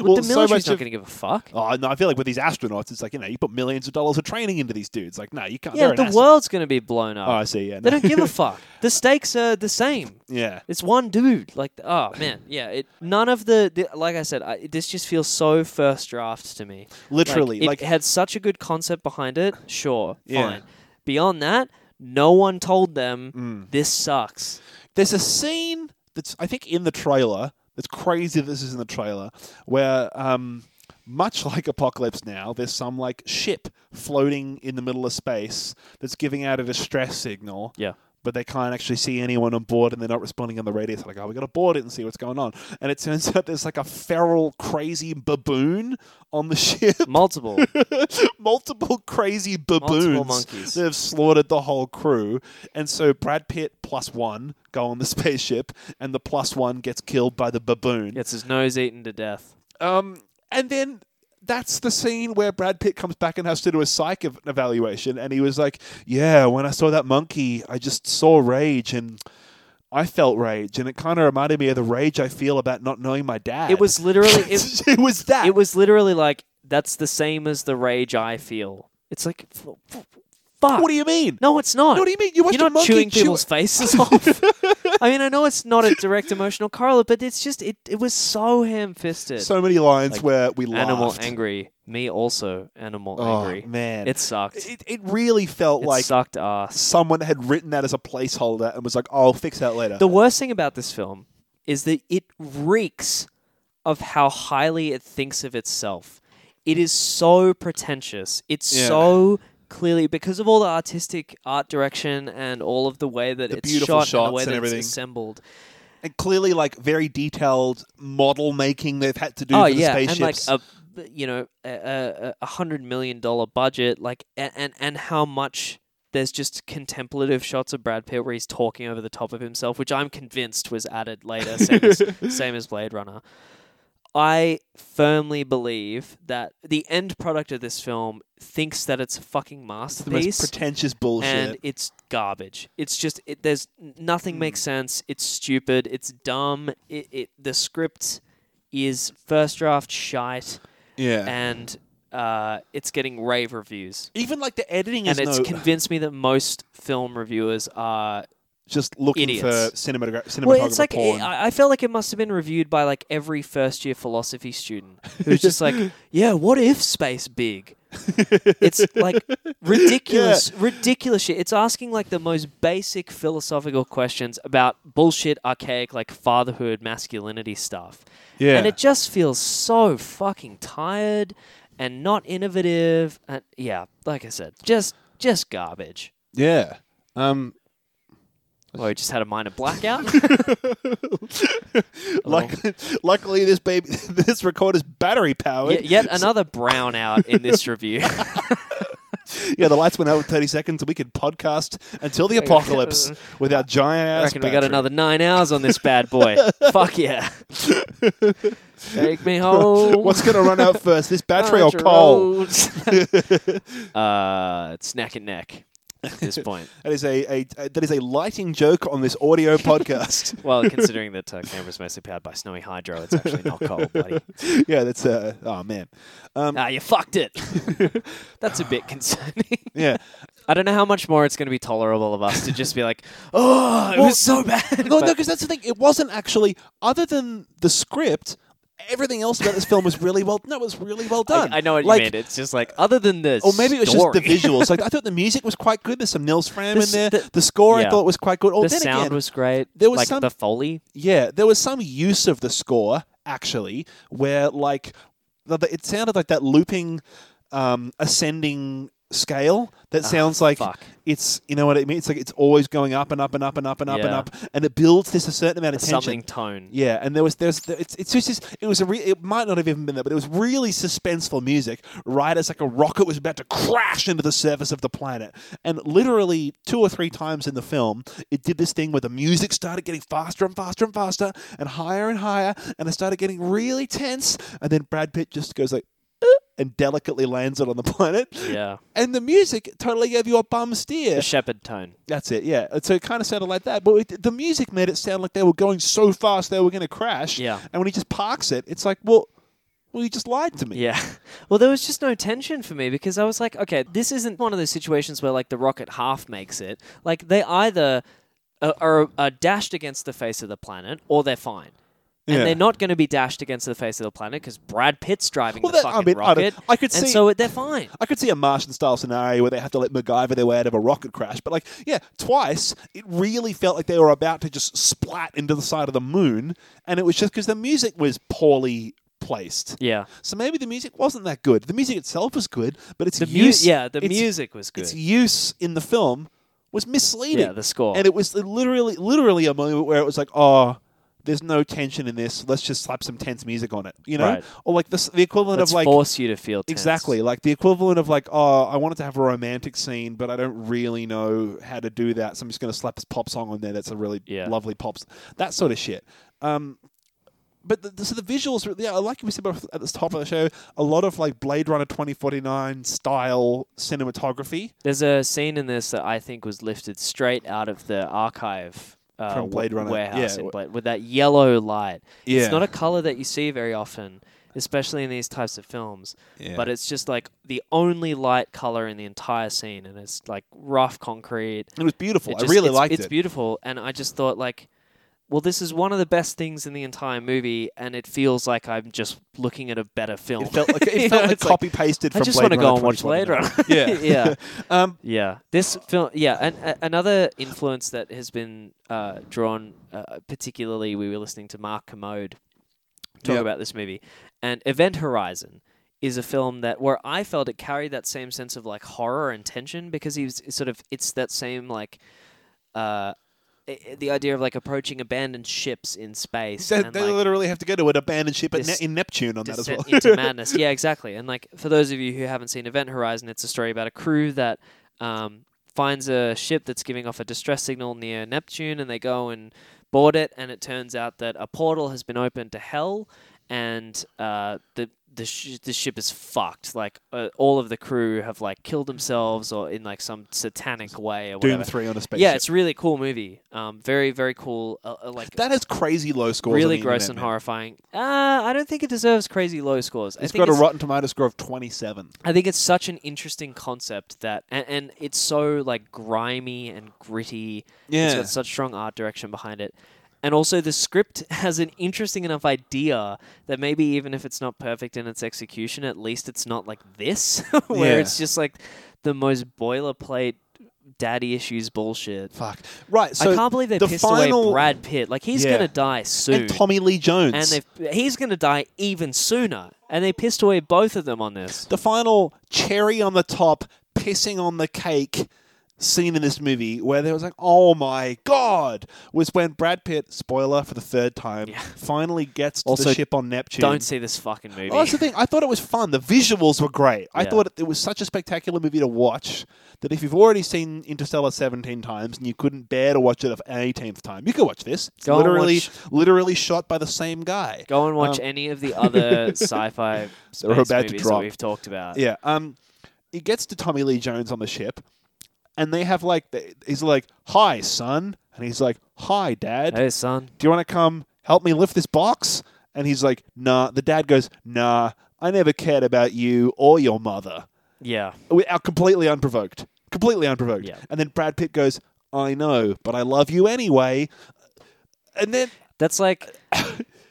well, the so military's much not of. going to give a fuck. Oh, no, I feel like with these astronauts, it's like, you know, you put millions of dollars of training into these dudes. Like, no, you can't. yeah, they're an the astronaut. world's going to be blown up. Oh, I see. Yeah. They no. don't give a fuck. The stakes are the same. *laughs* yeah. It's one dude. Like, oh man, yeah. It, none of the, the like I said, I, this just feels so first draft to me. Literally. like, Like, it had such a good concept behind it. Sure, Yeah. fine. Beyond that, no one told them Mm. this sucks. there's a scene that's I think in the trailer. That's crazy. That this is in the trailer where, um, much *laughs* like Apocalypse Now, there's some like ship floating in the middle of space that's giving out a distress signal. Yeah. But they can't actually see anyone on board, and they're not responding on the radio. So like, oh, we got to board it and see what's going on. And it turns *laughs* out there's like a feral, crazy baboon on the *laughs* ship. *laughs* Multiple. multiple *laughs* crazy Multiple baboons monkeys. that have slaughtered the whole crew. And so Brad Pitt plus one go on the *laughs* spaceship, and the plus one gets killed by the baboon. gets his nose eaten to death. Um, and then that's the scene where Brad Pitt comes back and has to do a psych ev- evaluation, and he was like, "Yeah, when I saw that monkey, I just saw rage and." I felt rage, and it kind of reminded me of the rage I feel about not knowing my dad. It *laughs* was literally. It, it, was that. it was literally like that's the same as the rage I feel. It's like, f- f- fuck. what do you mean? no, it's not. No, what do you mean? You watched You're not a monkey chewing chew- *laughs* people's faces off. I mean, I know it's not a direct emotional correlate, but it's just it. It was so ham-fisted. so many lines Like, where we laughed. animal angry. Me also animal Oh angry. man, It sucked. it, it really felt It like sucked ass. someone had written that as a placeholder and was like, "Oh, "I'll fix that later." The worst thing about this film is that it reeks of how highly it thinks of itself. It is so pretentious. It's Yeah. so clearly because of all the artistic art direction and all of the way that The it's beautiful shot and the shots way and that everything. it's assembled. and clearly, like very detailed model making they've had to do oh for the yeah, spaceships. and like a you know a- a, a, a hundred million dollar budget, like and, and and how much there's just contemplative shots of Brad Pitt where he's talking over the top of himself, which I'm convinced was added later, same *laughs* as, same as Blade Runner. I firmly believe that the end product of this film thinks that it's a fucking the most masterpiece pretentious bullshit. Hmm. and it's garbage. It's just it, there's nothing makes sense. It's stupid. It's dumb. It, it the script is first draft shite, yeah, and uh, it's getting rave reviews. even like the editing And is it's no, convinced me that most film reviewers are. just looking idiots. for cinematogra- cinematography. Well, it's like uh, porn. I I felt like it must have been reviewed by like every first year philosophy student who's *laughs* just like, yeah, what if space big? It's *laughs* like ridiculous, ridiculous shit. It's asking like the most basic philosophical questions about bullshit, archaic, like fatherhood, masculinity stuff. yeah, And it just feels so fucking tired and not innovative. And yeah, like I said, just just garbage. yeah. Um, Well, we just had a minor blackout. *laughs* luck- luckily, this baby, *laughs* this recorder's battery powered. *laughs* Yet, yet another brown out in this review. Yeah, the lights went out in 30 seconds and we could podcast until the *laughs* apocalypse with our giant I ass. reckon we got battery. another nine hours on this *laughs* bad boy. Fuck yeah. Take me home. *laughs* What's going to run *laughs* out first, this battery or on coal? roads. *laughs* uh, it's neck and neck at *laughs* this point. That is a, a, a- that is a lighting joke on this *laughs* audio podcast. Well, considering that uh, Canberra's mostly powered by snowy hydro, it's actually *laughs* not coal, buddy. yeah, that's uh, oh man, um, Ah, you *laughs* fucked it. That's a bit concerning. *laughs* yeah. I don't know how much more it's going to be tolerable of us to just be like, oh, it Well, was so bad. *laughs* No, no, But- because that's the thing. It wasn't actually other than the script. Everything else about this film was really well. No, it was really well done. I, I know what Like, you mean. It's just like other than this, Or maybe it was just the story. visuals. *laughs* Like I thought the music was quite good. There's some Nils Fram This- in there. the- The, score yeah. I thought was quite good. Oh, the then sound again, was great. there was like some- the foley. Yeah, there was some use of the score actually, where like the- the- it sounded like that looping, um, ascending scale that Ah, sounds like fuck. it's you know what I mean. It's like it's always going up and up and up and up and up and Yeah. up, and it builds this a certain amount of tension. something tone. Yeah, and there was there's it's it's just just- it was a re- it might not have even been that, but it was really suspenseful music. Right as like a rocket was about to crash into the surface of the planet, and literally two or three times in the film, it did this thing where the music started getting faster and faster and faster, and higher and higher, and it started getting really tense, and then Brad Pitt just goes like. "Eh," And delicately lands it on the planet, Yeah. and the music totally gave you a bum steer. The shepherd tone. That's it, yeah. Uh, So it kind of sounded like that, but it, the music made it sound like they were going so fast they were going to crash. Yeah. And when he just parks it, it's like, well, well, you just lied to me. Yeah. *laughs* Well, there was just no tension for me because I was like, okay, this isn't one of those situations where like the rocket half makes it. Like they either are, are, are dashed against the face of the planet or they're fine. And Yeah. they're not going to be dashed against the face of the planet because Brad Pitt's driving Well, the that- I fucking mean, I don't- rocket. I could and see- so they're *sighs* fine. I could see a Martian-style scenario where they have to let MacGyver their way out of a rocket crash, but like, yeah, twice it really felt like they were about to just splat into the side of the moon, and it was just because the music was poorly placed. Yeah. So maybe the music wasn't that good. The music itself was good, but its The mu- use, yeah, the its- music was good. its use in the film was misleading. Yeah, the score. And it was literally, literally a moment where it was like, oh, there's no tension in this. Let's just slap some tense music on it, you know, Right. or like this, the equivalent Let's of like force you to feel tense. exactly like the equivalent of like, oh, I wanted to have a romantic scene, but I don't really know how to do that, so I'm just going to slap this pop song on there. That's a really Yeah. lovely pop, s- that sort of shit. Um, but the, the, so the visuals, were- yeah, like we said before- at the top of the show, a lot of like Blade Runner 2049 style cinematography. There's a scene in this that I think was lifted straight out of the archive uh, From Blade wa- Runner, warehouse yeah. in Blade, with that yellow light. Yeah. It's not a color that you see very often, especially in these types of films. Yeah. But it's just like the only light color in the entire scene, and it's like rough concrete. It was beautiful. It just- I really it's, liked it's it. beautiful, and I just thought like, well, this is one of the best things in the entire movie, and it feels like I'm just looking at a better film. It felt *laughs* like You it know, felt like it's like, copy pasted from. I just want to go and watch Blade Runner. *laughs* yeah. *laughs* Um, Yeah, this film. Yeah, and a another influence that has been uh, drawn, uh, particularly we were listening to Mark Commode talk Yep. about this movie, and Event Horizon is a film that where I felt it carried that same sense of like horror and tension because he was sort of it's that same like. Uh, i- i- the idea of like approaching abandoned ships in space so and they like, literally have to go to an abandoned ship at Dis- ne- in Neptune on that as well. descent into madness. Yeah, exactly. And like for those of you who haven't seen Event Horizon, it's a story about a crew that um, finds a ship that's giving off a distress signal near Neptune, and they go and board it. And it turns out that a portal has been opened to hell, and uh, the the, sh- the ship is fucked. Like uh, all of the crew have like killed themselves or in like some satanic way or *laughs* Doom whatever. three on a spaceship. Yeah, it's a really cool movie. Um, very very cool. Uh, uh, like that has crazy low scores. on really the gross internet, and man. horrifying. Uh, I don't think it deserves crazy low scores. I It's think got a it's, Rotten Tomato score of twenty-seven. I think it's such an interesting concept that, and, and it's so like grimy and gritty. It's Yeah. got such strong art direction behind it. And also, the script *laughs* has an interesting enough idea that maybe even if it's not perfect in its execution, at least it's not like this, *laughs* where Yeah. it's just like the most boilerplate daddy issues bullshit. Fuck. Right. So I can't believe they the pissed final away Brad Pitt. Like he's Yeah. gonna die soon and Tommy Lee Jones. and they he's going to die even sooner. And they pissed away both of them on this. the final cherry on the top, pissing on the cake scene in this movie where there was like, oh my god, was when Brad Pitt, spoiler for the third time, finally gets to Also, the ship on Neptune. Don't see this fucking movie. Well, that's the thing. I thought it was fun. The visuals were great. I Yeah. thought it, it was such a spectacular movie to watch that if you've already seen Interstellar 17 times and you couldn't bear to watch it an 18th time, you could watch this. It's Go and literally, watch- literally shot by the same guy. Go and watch any of the *laughs* other sci-fi space um, They're about to movies drop. that we've talked about. Yeah. Um, it gets to Tommy Lee Jones on the ship, and they have like th- he's like, "Hi, son," and he's like, "Hi, dad. Hey, son. Do you want to come help me lift this box?" And he's like, "Nah." The dad goes, "Nah, I never cared about you or your mother." Yeah. Without completely unprovoked, completely unprovoked. Yeah. And then Brad Pitt goes, "I know, but I love you anyway." And then That's *coughs* like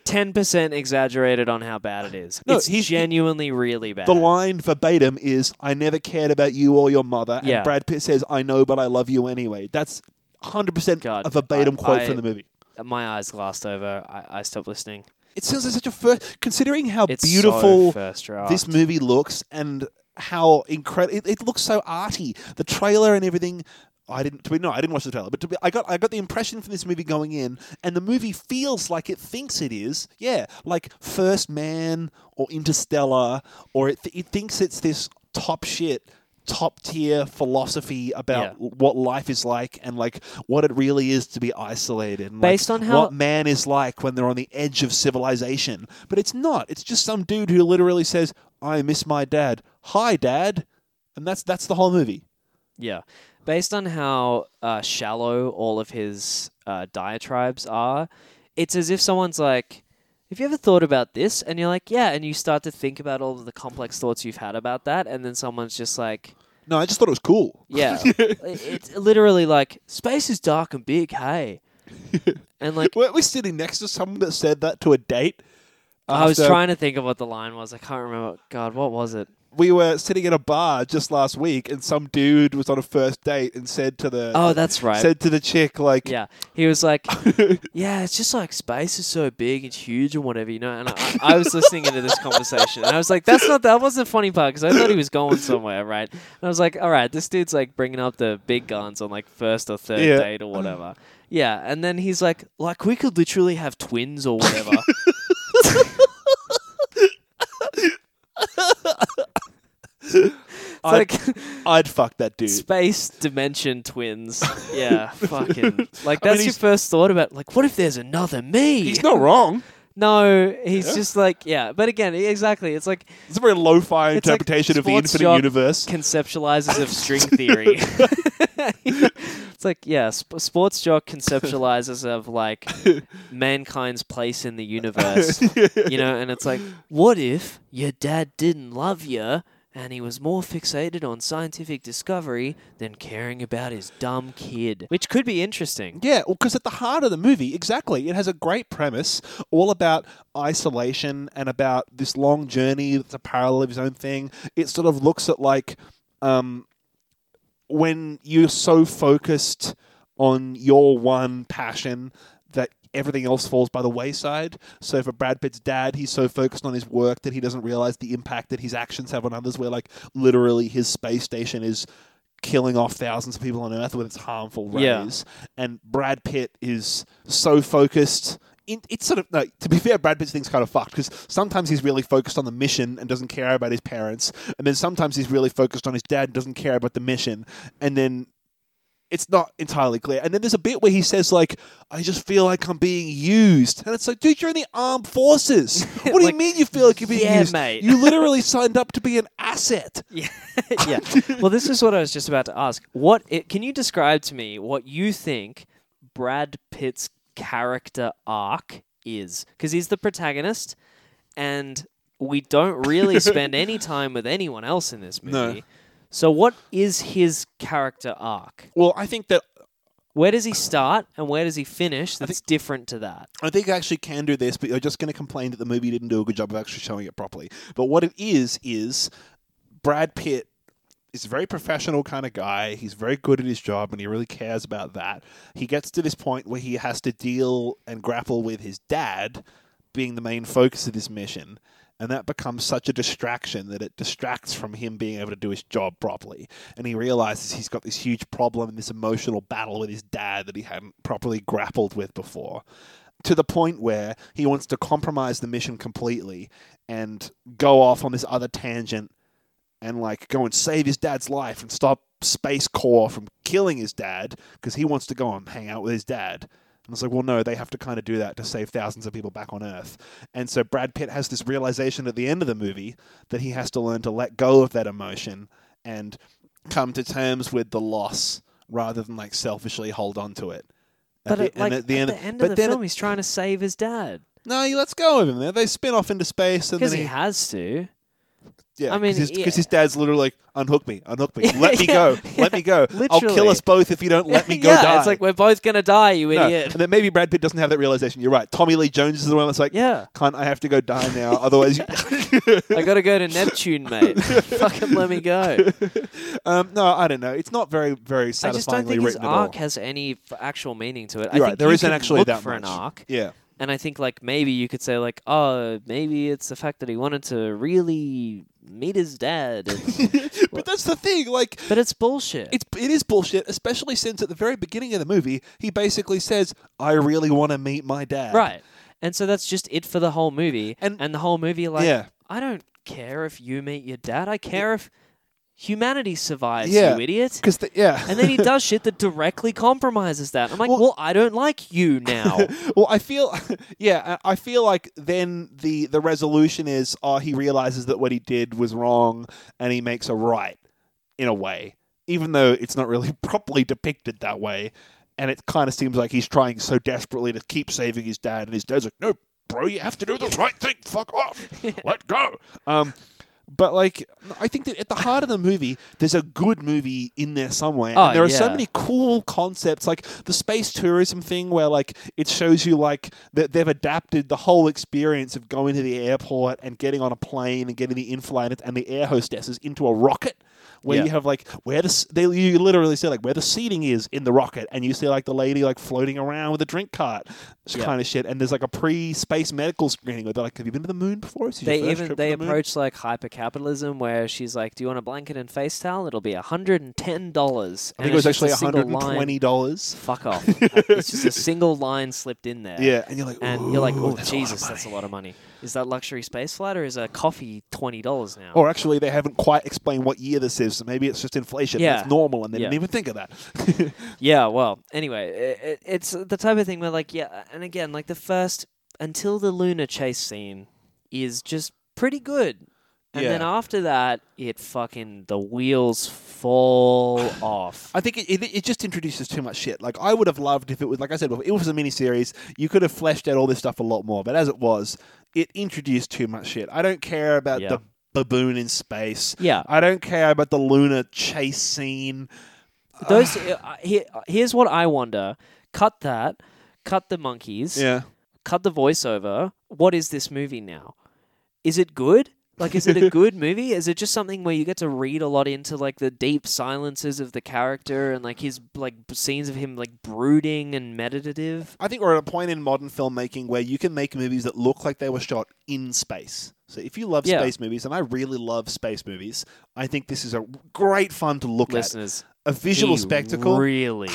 10% exaggerated on how bad it is. No, it's he's- genuinely really bad. the line verbatim is, "I never cared about you or your mother," and Yeah. Brad Pitt says, "I know, but I love you anyway." That's 100% God, a verbatim I- quote I- from the movie. My eyes glassed over. I, I stopped listening. It sounds like such a first, considering how It's so beautiful first draft. this movie looks, and how incredible it, it looks so arty. The trailer and everything. I didn't. To be no, I didn't watch the trailer, but to be, I got I got the impression from this movie going in, and the movie feels like it thinks it is. Yeah, like First Man or Interstellar, or it, th- it thinks it's this top shit. Top tier philosophy about Yeah. what life is like and like what it really is to be isolated, and, like, Based on how- what man is like when they're on the edge of civilization. But it's not. It's just some dude who literally says, "I miss my dad." Hi, dad, and that's that's the whole movie. Yeah. Based on how uh, shallow all of his uh, diatribes are, it's as if someone's like, Have you ever thought about this? And you're like, Yeah. And you start to think about all of the complex thoughts you've had about that. And then someone's just like, No, I just thought it was cool. Yeah. it- it's literally like, Space is dark and big. Hey. And *laughs* like, Weren't we sitting next to someone that said that to a date? I was After- trying to think of what the line was. I can't remember. God, what was it? We were sitting at a bar just last week, and some dude was on a first date and said to the Oh, that's right. said to the chick like, Yeah, he *laughs* was like, "Yeah, it's just like space is so big, it's huge, and whatever, you know." And I, I was listening into this conversation, and I was like, "That's not that wasn't the funny part because I thought he was going somewhere, right?" And I was like, "All right, this dude's like bringing up the big guns on like first or third Yeah. date or whatever." Yeah, and then he's like, "Like we could literally have twins or whatever." *laughs* *laughs* It's I'd, like I'd fuck that dude. space dimension *laughs* twins. Yeah, fucking. Like I mean, that's your he's- first thought about like what if there's another me? He's not wrong. No, he's Yeah. just like yeah. But again, e- exactly, it's like It's a very lo-fi It's like interpretation of the sports infinite jock- universe. conceptualizes *laughs* of string theory. it's like yeah, sp- sports jock conceptualizes of like mankind's place in *laughs* the universe. You know, and it's like what if your dad didn't love you? And he was more fixated on scientific discovery than caring about his dumb kid, which could be interesting. Yeah, because at the heart of the movie, exactly, it has a great premise all about isolation and about this long journey that's a parallel of his own thing. It sort of looks at like um, when you're so focused on your one passion that everything else falls by the wayside. So for Brad Pitt's dad, he's so focused on his work that he doesn't realize the impact that his actions have on others, where like literally his space station is killing off thousands of people on Earth with its harmful rays Yeah. is, and Brad Pitt is so focused. In, it's sort of no. To be fair, Brad Pitt's thing's kind of fucked because sometimes he's really focused on the mission and doesn't care about his parents, and then sometimes he's really focused on his dad and doesn't care about the mission, and then it's not entirely clear. And then there's a bit where he says like, "I just feel like I'm being used," and it's like, dude, you're in the armed *laughs* forces. What do Like, you mean you feel like you're being yeah, used? mate. You literally signed up to be an asset. Yeah. *laughs* yeah. Well, this is what I was just about to ask. What i can you describe to me what you think Brad Pitt's character arc is? Because he's the protagonist, and we *laughs* don't really spend any time with anyone else in this No. movie. So, what is his character arc? Well, I think that Where does he start, and where does he finish? That's different to that. I think I actually can do this, but you're just going to complain that the movie didn't do a good job of actually showing it properly. But what it is is Brad Pitt is a very professional kind of guy. He's very good at his job and he really cares about that. He gets to this point where he has to deal and grapple with his dad being the main focus of this mission. And that becomes such a distraction that it distracts from him being able to do his job properly. And he realizes he's got this huge problem, this emotional battle with his dad that he hadn't properly grappled with before to the point where he wants to compromise the mission completely and go off on this other tangent and like go and save his dad's life and stop Space Corps from killing his dad because he wants to go and hang out with his dad. And it's like, well, no, they have to kind of do that to save thousands of people back on Earth. And so Brad Pitt has this realization at the end of the movie that he has to learn to let go of that emotion and come to terms with the loss rather than like selfishly hold on to it. But at at, the, like, and at the end, of but the then film, he's trying to save his dad no, he lets go of him. There, they spin off into space, and because then he he, has to. yeah, I mean, because his, yeah. 'cause his dad's literally like, "Unhook me, unhook *laughs* me, let me Yeah, go, let me *laughs* go. I'll kill literally. us both if you don't let *laughs* me go yeah, die." it's like we're both gonna die, you No. idiot. and then maybe Brad Pitt doesn't have that realization. You're right. Tommy Lee Jones is the one that's like, Yeah. can't I have to go die now? Otherwise, *laughs* you... *laughs* I gotta go to Neptune, *laughs* mate. Fucking let me go. um, no, I don't know. It's not very, very I just don't satisfyingly think his written at all. arc has any f- actual meaning to it. I You're think right. There you isn't can actually look that for an much. arc, Yeah, and I think like maybe you could say like, oh, maybe it's the fact that he wanted to really meet *laughs* his dad. and- but that's the thing. Like, but it's bullshit. it's it is bullshit, especially since at the very beginning of the movie, he basically says, "I really want to meet my dad." right. And so that's just it for the whole movie. And- And, the whole movie, like, Yeah. I don't care if you meet your dad. I care if humanity survives, Yeah. you idiot. Because yeah. And then he does shit that directly compromises that. I'm like, Well- well, I don't like *laughs* you now. well, I feel, yeah, I I feel like then the the resolution is, oh, he realizes that what he did was wrong, and he makes a right, in a way, even though it's not really *laughs* properly depicted that way, and it kind of seems like he's trying so desperately to keep saving his dad, and his dad's like, no, bro, you have to do the right thing. Fuck off, let go. Um, but like, I think that at the heart of the movie, there's a good movie in there somewhere. Oh, and there are so yeah. many cool concepts, like the space tourism thing, where like it shows you like that they've adapted the whole experience of going to the airport and getting on a plane and getting the in-flight and the air hostesses into a rocket. Where Yeah. you have like where the s- they you literally see like where the seating is in the rocket, and you see like the lady like floating around with a drink cart, Yeah. kind of shit. And there's like a pre-space medical screening where they're like, "Have you been to the moon before?" Is this your they first even trip they to the moon?" approach like hypercapitalism, where she's like, "Do you want a blanket and face towel? It'll be hundred and ten dollars." I think it was actually a single line- $120. *laughs* Fuck off! it's just a single line slipped in there. Yeah, and you're like, And you're like, "Ooh, oh that's a lot of Jesus, that's a money." lot of money. Is that luxury space flight or is a coffee twenty dollars now? Or actually, they haven't quite explained what year this is, so maybe it's just inflation. and Yeah. It's normal, and they didn't Yeah. even think of that. *laughs* Yeah, well, anyway, i- i it's the type of thing where, like, yeah, and again, like the first until the lunar chase scene is just pretty good, and then Yeah. after that, it fucking the *sighs* wheels fall off. I think it, it, it just introduces too much shit. Like, I would have loved if it was, like I said before, it was a miniseries. You could have fleshed out all this stuff a lot more, but as it was, it introduced too much shit. I don't care about Yeah. the baboon in space. Yeah, I don't care about the lunar chase scene. those. uh, here, here's what I wonder: cut that, cut the monkeys, Yeah. cut the voiceover. What is this movie now? Is it good? Like, is it *laughs* a good movie? Is it just something where you get to read a lot into like the deep silences of the character and like his like b- scenes of him like brooding and meditative? I think we're at a point in modern filmmaking where you can make movies that look like they were shot in space. So if you love Yeah. space movies, and I really love space movies, I think this is a great fun to look Listeners, at. A visual he spectacle. *laughs* really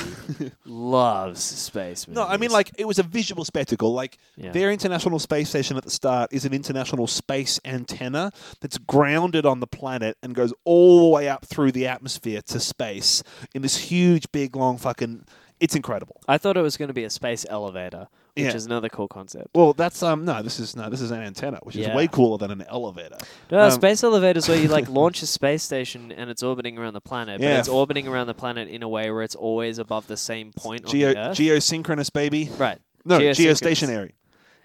loves space movies. no, I mean like it was a visual spectacle. Like Yeah. their international space station at the start is an international space antenna that's grounded on the planet and goes all the way up through the atmosphere to space in this huge, big, long fucking. It's incredible. I thought it was going to be a space elevator, which Yeah. is another cool concept. Well, that's um no, this is no, this is an antenna, which is Yeah. way cooler than an elevator. No, Um, Uh, space elevators where you like launch a space station and it's orbiting around the planet, Yeah. but it's orbiting around the planet in a way where it's always above the same point Geo on the Earth. geosynchronous baby. right. No, Geosynchronous. geostationary.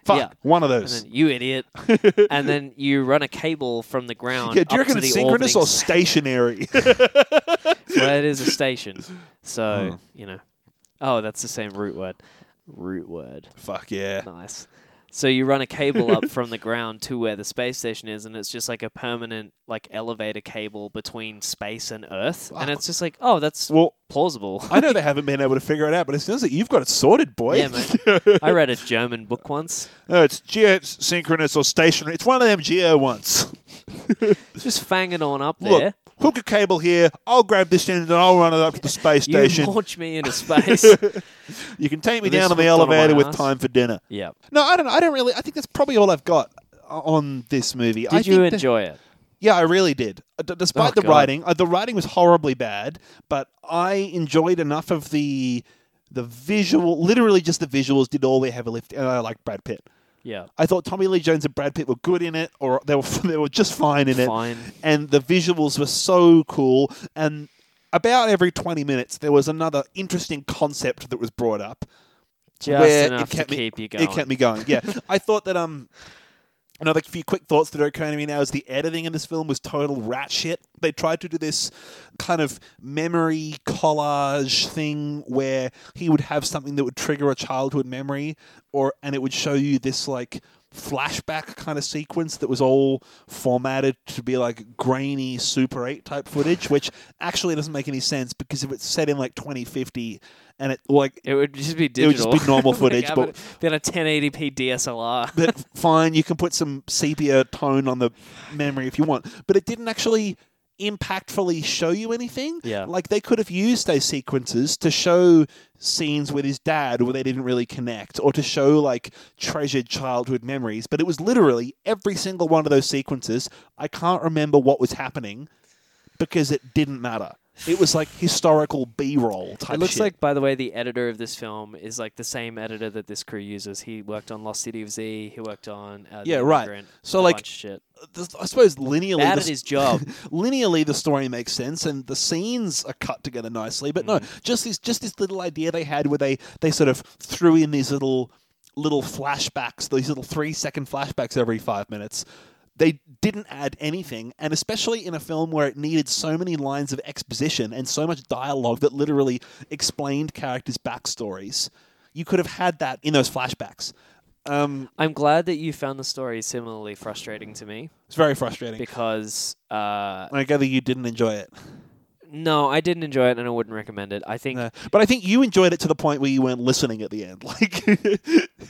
Fuck, Yeah. one of And those. then you *laughs* idiot. and then you run a cable from the ground. yeah, do you up to reckon the it's synchronous or *laughs* orbiting s- stationary? *laughs* well, it is a station. So, you know. Oh, that's the same root word. Root word. Fuck yeah. Nice. So you run a cable *laughs* up from the ground to where the space station is, and it's just like a permanent, like elevator cable between space and Earth, and it's just like, oh, that's Well, plausible. *laughs* I *laughs* know they haven't been able to figure it out, but it sounds like you've got it sorted, boy. Yeah, mate. I read a German book once. *laughs* no, it's geosynchronous or stationary. It's one of them geo *laughs* ones. Just fanging on up Look, there. hook a cable here. I'll grab this end and I'll run it up to the space You station. launch *laughs* me into space. You can take me This down on the hooked onto elevator my with ass. time for dinner. yeah. No, I don't know. I don't really. I think that's probably all I've got uh, on this movie. I Did you think that- enjoy it? Yeah, I really did. Uh, D- despite Oh, the God. writing, uh, the writing was horribly bad, but I enjoyed enough of the the visual. Literally, just the visuals did all the heavy lifting, and I liked Brad Pitt. Yeah. I thought Tommy Lee Jones and Brad Pitt were good in it, or they were *laughs* they were just fine in it. Fine. And the visuals were so cool. And about every twenty minutes, there was another interesting concept that was brought up Just where enough it kept to me, keep you going. It kept me going. Yeah, I thought that um. Another few quick thoughts that are occurring to me now is the editing in this film was total rat shit. They tried to do this kind of memory collage thing where he would have something that would trigger a childhood memory, or and it would show you this like flashback kind of sequence that was all formatted to be like grainy Super 8 type footage, which actually doesn't make any sense because if it's set in like 2050 and it like It would just be it would digital. just be normal footage, *laughs* like, but then a 1080p *laughs* DSLR. but fine, you can put some sepia tone on the memory if you want. But it didn't actually impactfully show you anything. Yeah. Like they could have used those sequences to show scenes with his dad where they didn't really connect or to show like treasured childhood memories. But it was literally every single one of those sequences. I can't remember what was happening because it didn't matter. It was like historical B roll type It looks shit. like, by the way, the editor of this film is like the same editor that this crew uses. He worked on Lost City of Z. He worked on uh, The Yeah, right. Immigrant, So, a like, bunch of shit. I suppose linearly Bad the at his *laughs* job. linearly the story makes sense and the scenes are cut together nicely but no Mm. just this just this little idea they had where they they sort of threw in these little little flashbacks these little three second flashbacks every five minutes they didn't add anything and especially in a film where it needed so many lines of exposition and so much dialogue that literally explained characters backstories you could have had that in those flashbacks um, I'm glad that you found the story similarly frustrating to me it's very frustrating because uh, i gather you didn't enjoy it no, I didn't enjoy it and I wouldn't recommend it. I think No, but I think you enjoyed it to the point where you weren't listening at the end. *laughs* Like,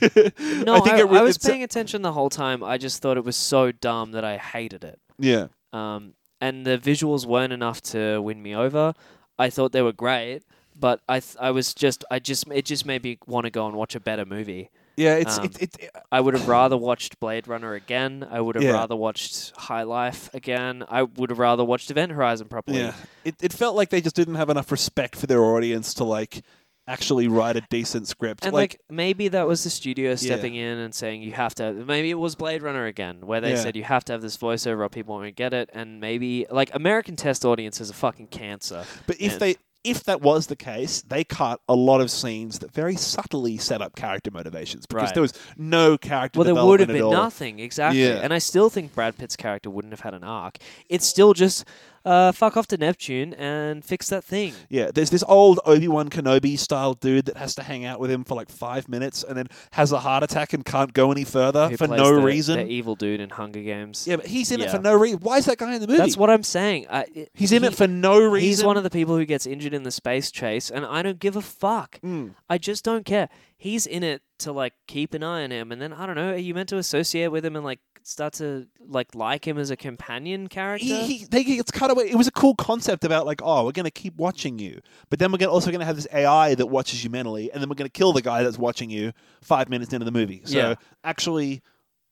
no, I, I think it re- I was it's a- paying attention the whole time. I just thought it was so dumb that I hated it. yeah, um, and the visuals weren't enough to win me over. I thought they were great, but I th- I was just I just it just made me want to go and watch a better movie. yeah. It's Um, it, it, it- I would have rather watched Blade Runner again. I would have Yeah. rather watched High Life again. I would have rather watched Event Horizon properly. yeah. It, it felt like they just didn't have enough respect for their audience to like actually write a decent script. And like, like, maybe that was the studio stepping in and saying you have to. Maybe it was Blade Runner again, where they Yeah. said you have to have this voiceover or people won't get it. And maybe like American test audiences are fucking cancer. but if and- they if that was the case, they cut a lot of scenes that very subtly set up character motivations because Right. there was no character. Well, there would development have at been all. nothing exactly, Yeah. and I still think Brad Pitt's character wouldn't have had an arc. It's still just uh, fuck off to Neptune and fix that thing. Yeah, there's this old Obi Wan Kenobi style dude that has to hang out with him for like five minutes and then has a heart attack and can't go any further Who for plays no the- reason. the evil dude in Hunger Games. Yeah, but he's in it for Yeah. no reason. Why is that guy in the movie? That's what I'm saying. I, it- he's in he- it for no reason. He's one of the people who gets injured in the space chase, and I don't give a fuck. Mm. I just don't care. He's in it to like keep an eye on him, and then I don't know. Are you meant to associate with him and like start to like like him as a companion character? He, he, they, it's cut away. It was a cool concept about like, oh, we're going to keep watching you, but then we're gonna, also going to have this AI that watches you mentally, and then we're going to kill the guy that's watching you five minutes into the movie. So Yeah. actually,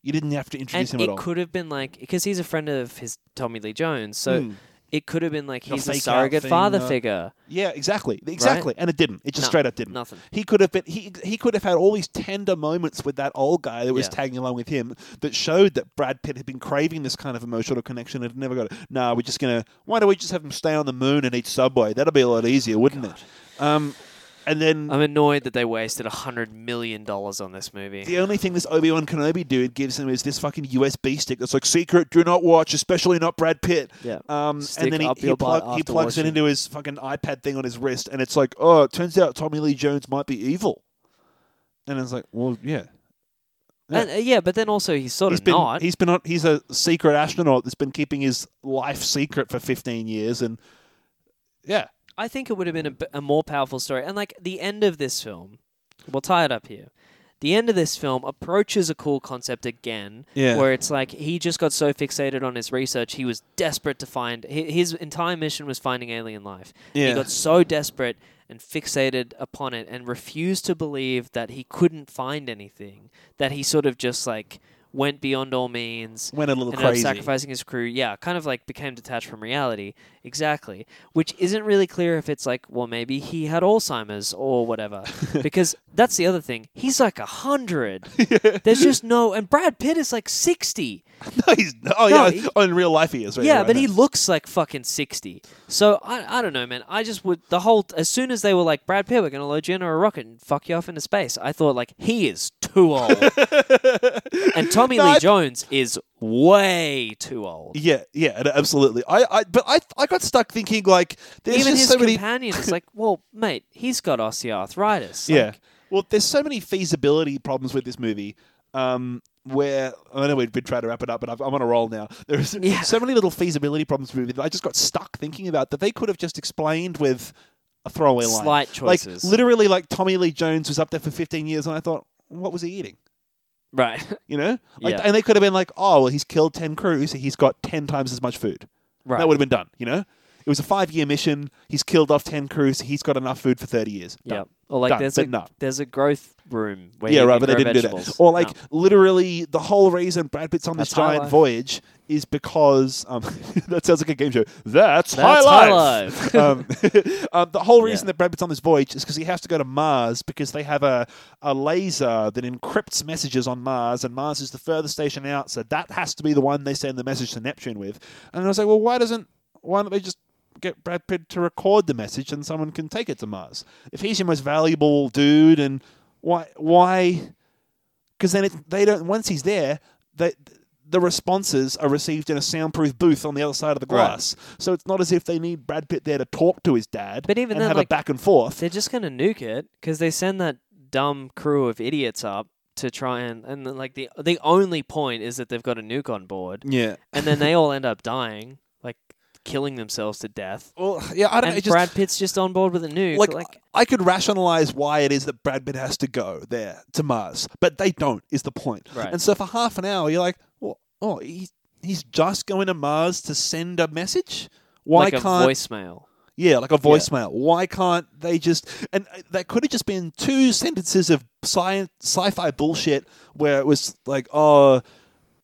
you didn't have to introduce and him at it all. could have been like because he's a friend of his Tommy Lee Jones, so Mm. it could have been like The he's a fake out surrogate thing, father uh, figure. Yeah, exactly, exactly. And it didn't. It just No, straight up didn't. Nothing. He could have been. He he could have had all these tender moments with that old guy that was Yeah. tagging along with him that showed that Brad Pitt had been craving this kind of emotional connection and had never got it. Nah, we're just gonna. Why don't we just have him stay on the moon and eat Subway? That'd be a lot easier, wouldn't it? Um, and then I'm annoyed that they wasted a hundred million dollars on this movie. the only thing this Obi Wan Kenobi dude gives him is this fucking USB stick that's like secret. Do not watch, especially not Brad Pitt. Yeah. Um, Stick and then he, up he, your butt plug, he after plugs it watching. into his fucking iPad thing on his wrist, and it's like, oh, it turns out Tommy Lee Jones might be evil. And it's like, well, yeah. Yeah. And, uh, yeah, but then also he's sort He's of been not. he's been on, he's a secret astronaut that's been keeping his life secret for 15 years and yeah I think it would have been a, b- a more powerful story. And like the end of this film, we'll tie it up here. The end of this film approaches a cool concept again, Yeah. where it's like he just got so fixated on his research, he was desperate to find hi- his entire mission was finding alien life. Yeah. He got so desperate and fixated upon it and refused to believe that he couldn't find anything, that he sort of just like went beyond all means went a little and crazy sacrificing his crew. Yeah, kind of like became detached from reality. Exactly. Which isn't really clear if it's like, well, maybe he had Alzheimer's or *laughs* whatever. because that's the other thing. He's like *laughs* a hundred. There's just no. And Brad Pitt is like sixty. *laughs* no, he's, oh No, yeah he- oh, in real life he is right, yeah, right, but he right. looks like fucking sixty. So I, I don't know, man. I just would the whole as soon as they were like, Brad Pitt, we're gonna load you into a rocket and fuck you off into space. I thought like he is too *laughs* old, and Tommy No, Lee I- Jones is way too old. yeah yeah no, absolutely I, I but I I got stuck thinking like there's Even just his so many companion *laughs* is like, well, mate, he's got osteoarthritis. Like, *laughs* yeah well there's so many feasibility problems with this movie um where I know we've been trying to wrap it up, but I've- I'm on a roll now. There's Yeah. so many little feasibility problems with the movie that I just got stuck thinking about that they could have just explained with a throwaway line. Slight choices. Like literally, like Tommy Lee Jones was up there for 15 years, and I thought, what was he eating? right. *laughs* You know, like, Yeah. and they could have been like, oh, well, he's killed 10 crews, so he's got 10 times as much food. Right. That would have been done. You know, it was a five-year mission. He's killed off 10 crews. He's got enough food for 30 years. Done. Yeah. Or like Done. there's But a no. there's a growth room where yeah, you right, can but they grow didn't do vegetables. that. Or like No. literally the whole reason Brad Pitt's on That's this High giant Life. voyage is because um, *laughs* that sounds like a game show. That's, high That's life. High *laughs* Life. um, *laughs* um, the whole reason Yeah. that Brad Pitt's on this voyage is because he has to go to Mars because they have a, a laser that encrypts messages on Mars, and Mars is the furthest station out, so that has to be the one they send the message to Neptune with. And I was like, well, why doesn't why don't they just get Brad Pitt to record the message and someone can take it to Mars if he's your most valuable dude? And why why? Because then it, they don't once he's there they. The responses are received in a soundproof booth on the other side of the Right. glass, so it's not as if they need Brad Pitt there to talk to his dad But even and then, have a like- back and forth. They're just gonna nuke it because they send that dumb crew of idiots up to try and and then, like the the only point is that they've got a nuke on board Yeah. and then *laughs* they all end up dying like killing themselves to death. Well, yeah, I don't know. And It just, Brad Pitt's just on board with a nuke. like, Like, I could rationalize why it is that Brad Pitt has to go there to Mars, but they don't, is the point. Right. And so for half an hour, you're like, well, oh, he, he's just going to Mars to send a message? Why like a can't. voicemail. Yeah, like a voicemail. Why can't they just? And uh, that could have just been two sentences of science, sci-fi bullshit where it was like, oh,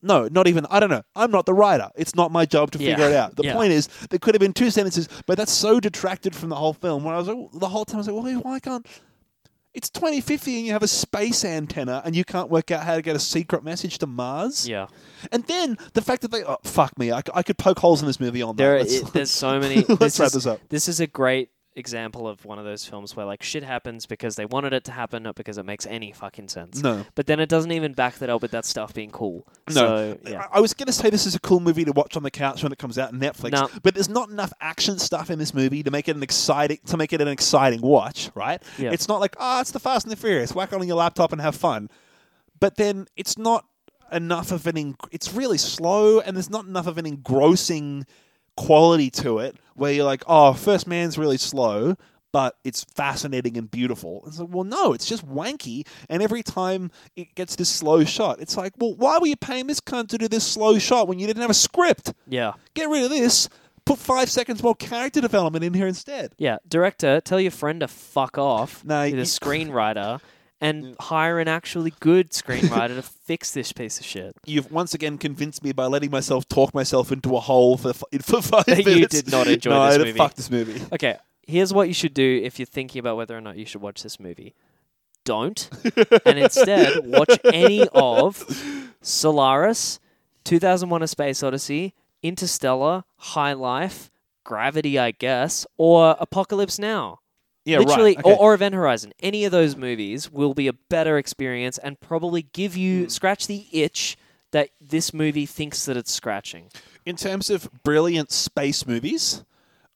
no, not even. I don't know. I'm not the writer. It's not my job to Yeah. figure it out. The Yeah. point is, there could have been two sentences, but that's so detracted from the whole film. Where I was like, the whole time I was like, well, why can't? It's 2050 and you have a space antenna and you can't work out how to get a secret message to Mars. Yeah. And then the fact that they, oh, fuck me, I, c- I could poke holes in this movie on There, are, that. Let's- *laughs* it, there's so many. Let's this wrap is- this up. This is a great example of one of those films where like shit happens because they wanted it to happen, not because it makes any fucking sense. No. But then it doesn't even back that up with that stuff being cool. No, So, yeah. I I was going to say this is a cool movie to watch on the couch when it comes out on Netflix, No. but there's not enough action stuff in this movie to make it an exciting to make it an exciting watch, right? Yeah. It's not like oh, it's the Fast and the Furious, whack it on your laptop and have fun, but then it's not enough of an. Eng- it's really slow, and there's not enough of an engrossing quality to it where you're like, oh, First Man's really slow. But it's fascinating and beautiful. It's like, well, no, it's just wanky. And every time it gets this slow shot, it's like, well, why were you paying this cunt to do this slow shot when you didn't have a script? Yeah. Get rid of this. Put five seconds more character development in here instead. Yeah. Director, tell your friend to fuck *laughs* off. No, with you- *laughs* a screenwriter. And hire an actually good screenwriter to fix this piece of shit. You've once again convinced me by letting myself talk myself into a hole for f- *laughs* for five That you minutes. did not enjoy no, this I did- movie. Fuck this movie. Okay, here's what you should do if you're thinking about whether or not you should watch this movie. Don't, *laughs* and instead watch any of Solaris, 2001: A Space Odyssey, Interstellar, High Life, Gravity, I guess, or Apocalypse Now. Yeah, Literally, right. or, okay. or Event Horizon. Any of those movies will be a better experience and probably give Hmm. you scratch the itch that this movie thinks that it's scratching. in terms of brilliant space movies,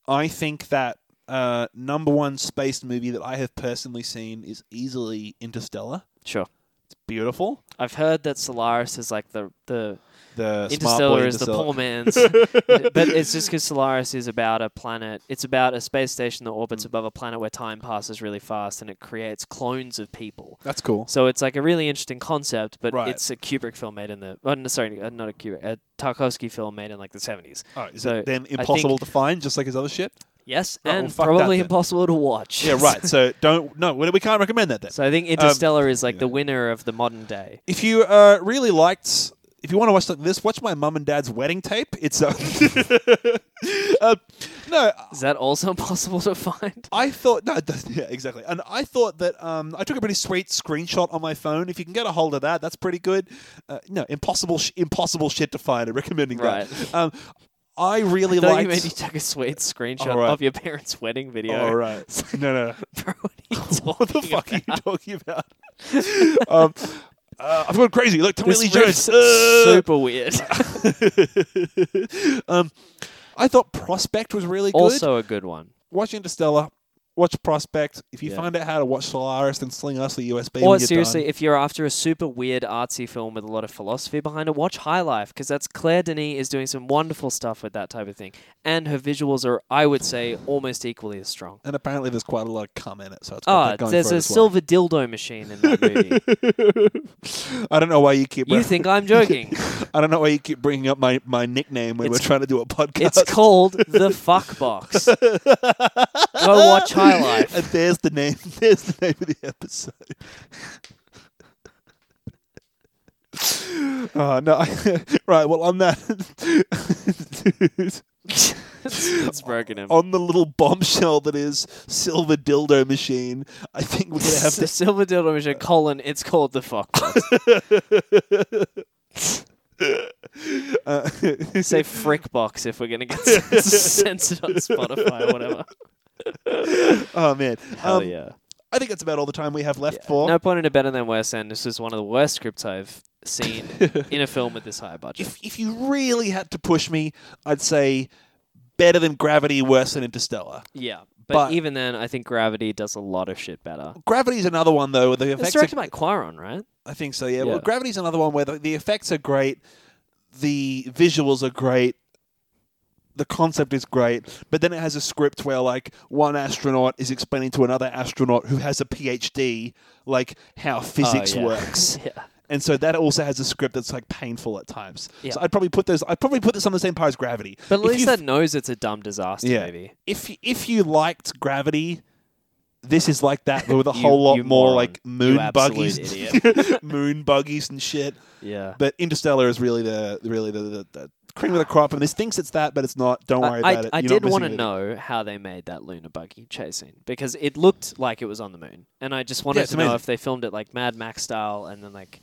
I think that uh, number one space movie that I have personally seen is easily Interstellar. Sure, It's beautiful. I've heard that Solaris is like the the The smart boy Interstellar is the Interstellar. *laughs* poor man's, but it's just because Solaris is about a planet. It's about a space station that Mm. orbits above a planet where time passes really fast, and it creates clones of people. That's cool. So it's like a really interesting concept, but Right. it's a Kubrick film made in the oh, no, sorry, uh, not a Kubrick, a Tarkovsky film made in like the seventies. All right, is So it then I think- impossible to find, just like his other shit? Yes, Right, oh, well, and fuck that probably then. impossible to watch. Yeah, right. Um, So don't no, we we can't recommend that then. *laughs* so I think Interstellar is like the winner of the modern day. if you uh, really liked, if you want to watch something like this, watch my mum and dad's wedding tape. It's uh, *laughs* uh, no, Is that also *laughs* impossible to find? I thought no, th- *laughs* yeah, exactly. And I thought that um, I took a pretty sweet screenshot on my phone. If you can get a hold of that, that's pretty good. Uh, no, impossible, sh- impossible shit to find. I'm recommending that. Right. Um, I *laughs* really No, liked. you *laughs* made me take a sweet screenshot Alright. of your parents' wedding video. *laughs* All right, no, no. Bro, what are you *laughs* What the talking fuck are about? you talking about? *laughs* um, uh, I've gone crazy. Look, Tommy This Lee riff's Jones. Uh, *laughs* super weird. um, I thought Prospect was really good. also a good one. watch Interstellar, watch Prospect. If you Yeah. find out how to watch Solaris, then sling us the USB. Or when you're seriously, done. if you're after a super weird artsy film with a lot of philosophy behind it, watch High Life because that's Claire Denis is doing some wonderful stuff with that type of thing, and her visuals are, I would say, almost equally as strong. and apparently there's quite a lot of cum in it, so it's got Ah, that going there's for it a as well. silver dildo machine in that movie. *laughs* I don't know why you keep. you think I'm joking? *laughs* I don't know why you keep bringing up my, my nickname when It's- we're trying to do a podcast. *laughs* It's called the Fuck Box. Go watch High Life. and there's the name. *laughs* There's the name of the episode. oh no! *laughs* right. Well, on that, it's broken him. on the little bombshell that is silver dildo machine, I think we're gonna have the to. silver dildo machine, colon, it's called the fuck box. Uh, *laughs* *laughs* Say frick box if we're going to *laughs* get censored on Spotify or whatever. *laughs* oh man! Hell Um, yeah. I think that's about all the time we have left Yeah. for. No point in a better than worse, and this is one of the worst scripts I've seen in a film with this high budget. if if you really had to push me, I'd say better than Gravity, worse than Interstellar. yeah. But, but- even then, I think Gravity does a lot of shit better. Gravity's another one though. where The It's effects, directed are, by Quaron, right? I think so. Yeah. Well, Yeah. Gravity's another one where the, the effects are great, the visuals are great, the concept is great, but then it has a script where like one astronaut is explaining to another astronaut who has a PhD like how physics Oh, yeah. works. *laughs* Yeah. And so that also has a script that's like painful at times. Yeah. So I'd probably put those. I'd probably put this on the same par as Gravity. But at If least you've- that knows it's a dumb disaster Yeah. movie. if if you liked Gravity, this is like that, *laughs* but with a You- whole lot you more moron. like You moon absolute buggies, *laughs* *laughs* moon buggies and shit. Yeah. But Interstellar is really the really the, the, the cream of the crop, and this thinks it's that, but it's not. Don't worry I, about it. I, I You're not did want to missing anything. know how they made that lunar buggy chasing because it looked like it was on the moon, and I just wanted Yeah, it's to know amazing. if they filmed it like Mad Max style and then like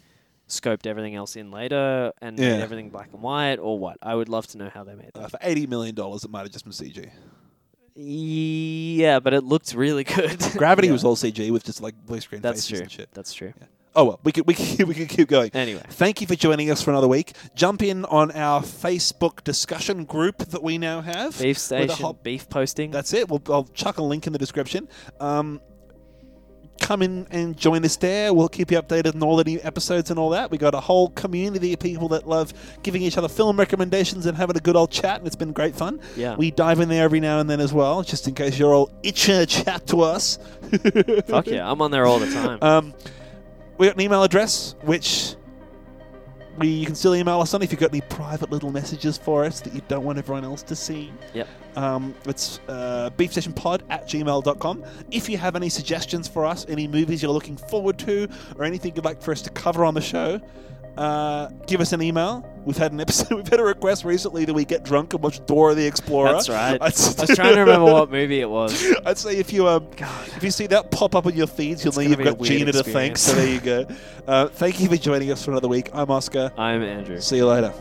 scoped everything else in later and Yeah. made everything black and white or what. I would love to know how they made that. Uh, for eighty million dollars, it might have just been CG. Yeah, but it looked really *laughs* good. Gravity was all CG with just like blue screen That's faces true. and shit. That's true. Oh well, we could we could, *laughs* we could keep going. Anyway. Thank you for joining us for another week. Jump in on our Facebook discussion group that we now have. Beef with a station, whole- beef posting. That's it. We'll, I'll chuck a link in the description. Um, come in and join us there. We'll keep you updated on all the new episodes and all that. We got a whole community of people that love giving each other film recommendations and having a good old chat, and it's been great fun. Yeah. We dive in there every now and then as well, just in case you're all itching to chat to us. Fuck yeah, I'm on there all the time. *laughs* Um, we got an email address, which we you can still email us on if you've got any private little messages for us that you don't want everyone else to see. Yep. Um, it's uh, beefstationpod at gmail.com. If you have any suggestions for us, any movies you're looking forward to, or anything you'd like for us to cover on the show, uh, give us an email. We've had an episode. *laughs* We've had a request recently that we get drunk and watch Dora the Explorer. That's right. *laughs* I I'd, was trying to remember what movie it was. *laughs* I'd say if you um, if you see that pop up on your feeds, you'll know gonna you've be a got weird Gina to thank. experience. So there you go. Uh, thank you for joining us for another week. I'm Oscar. I'm Andrew. See you later.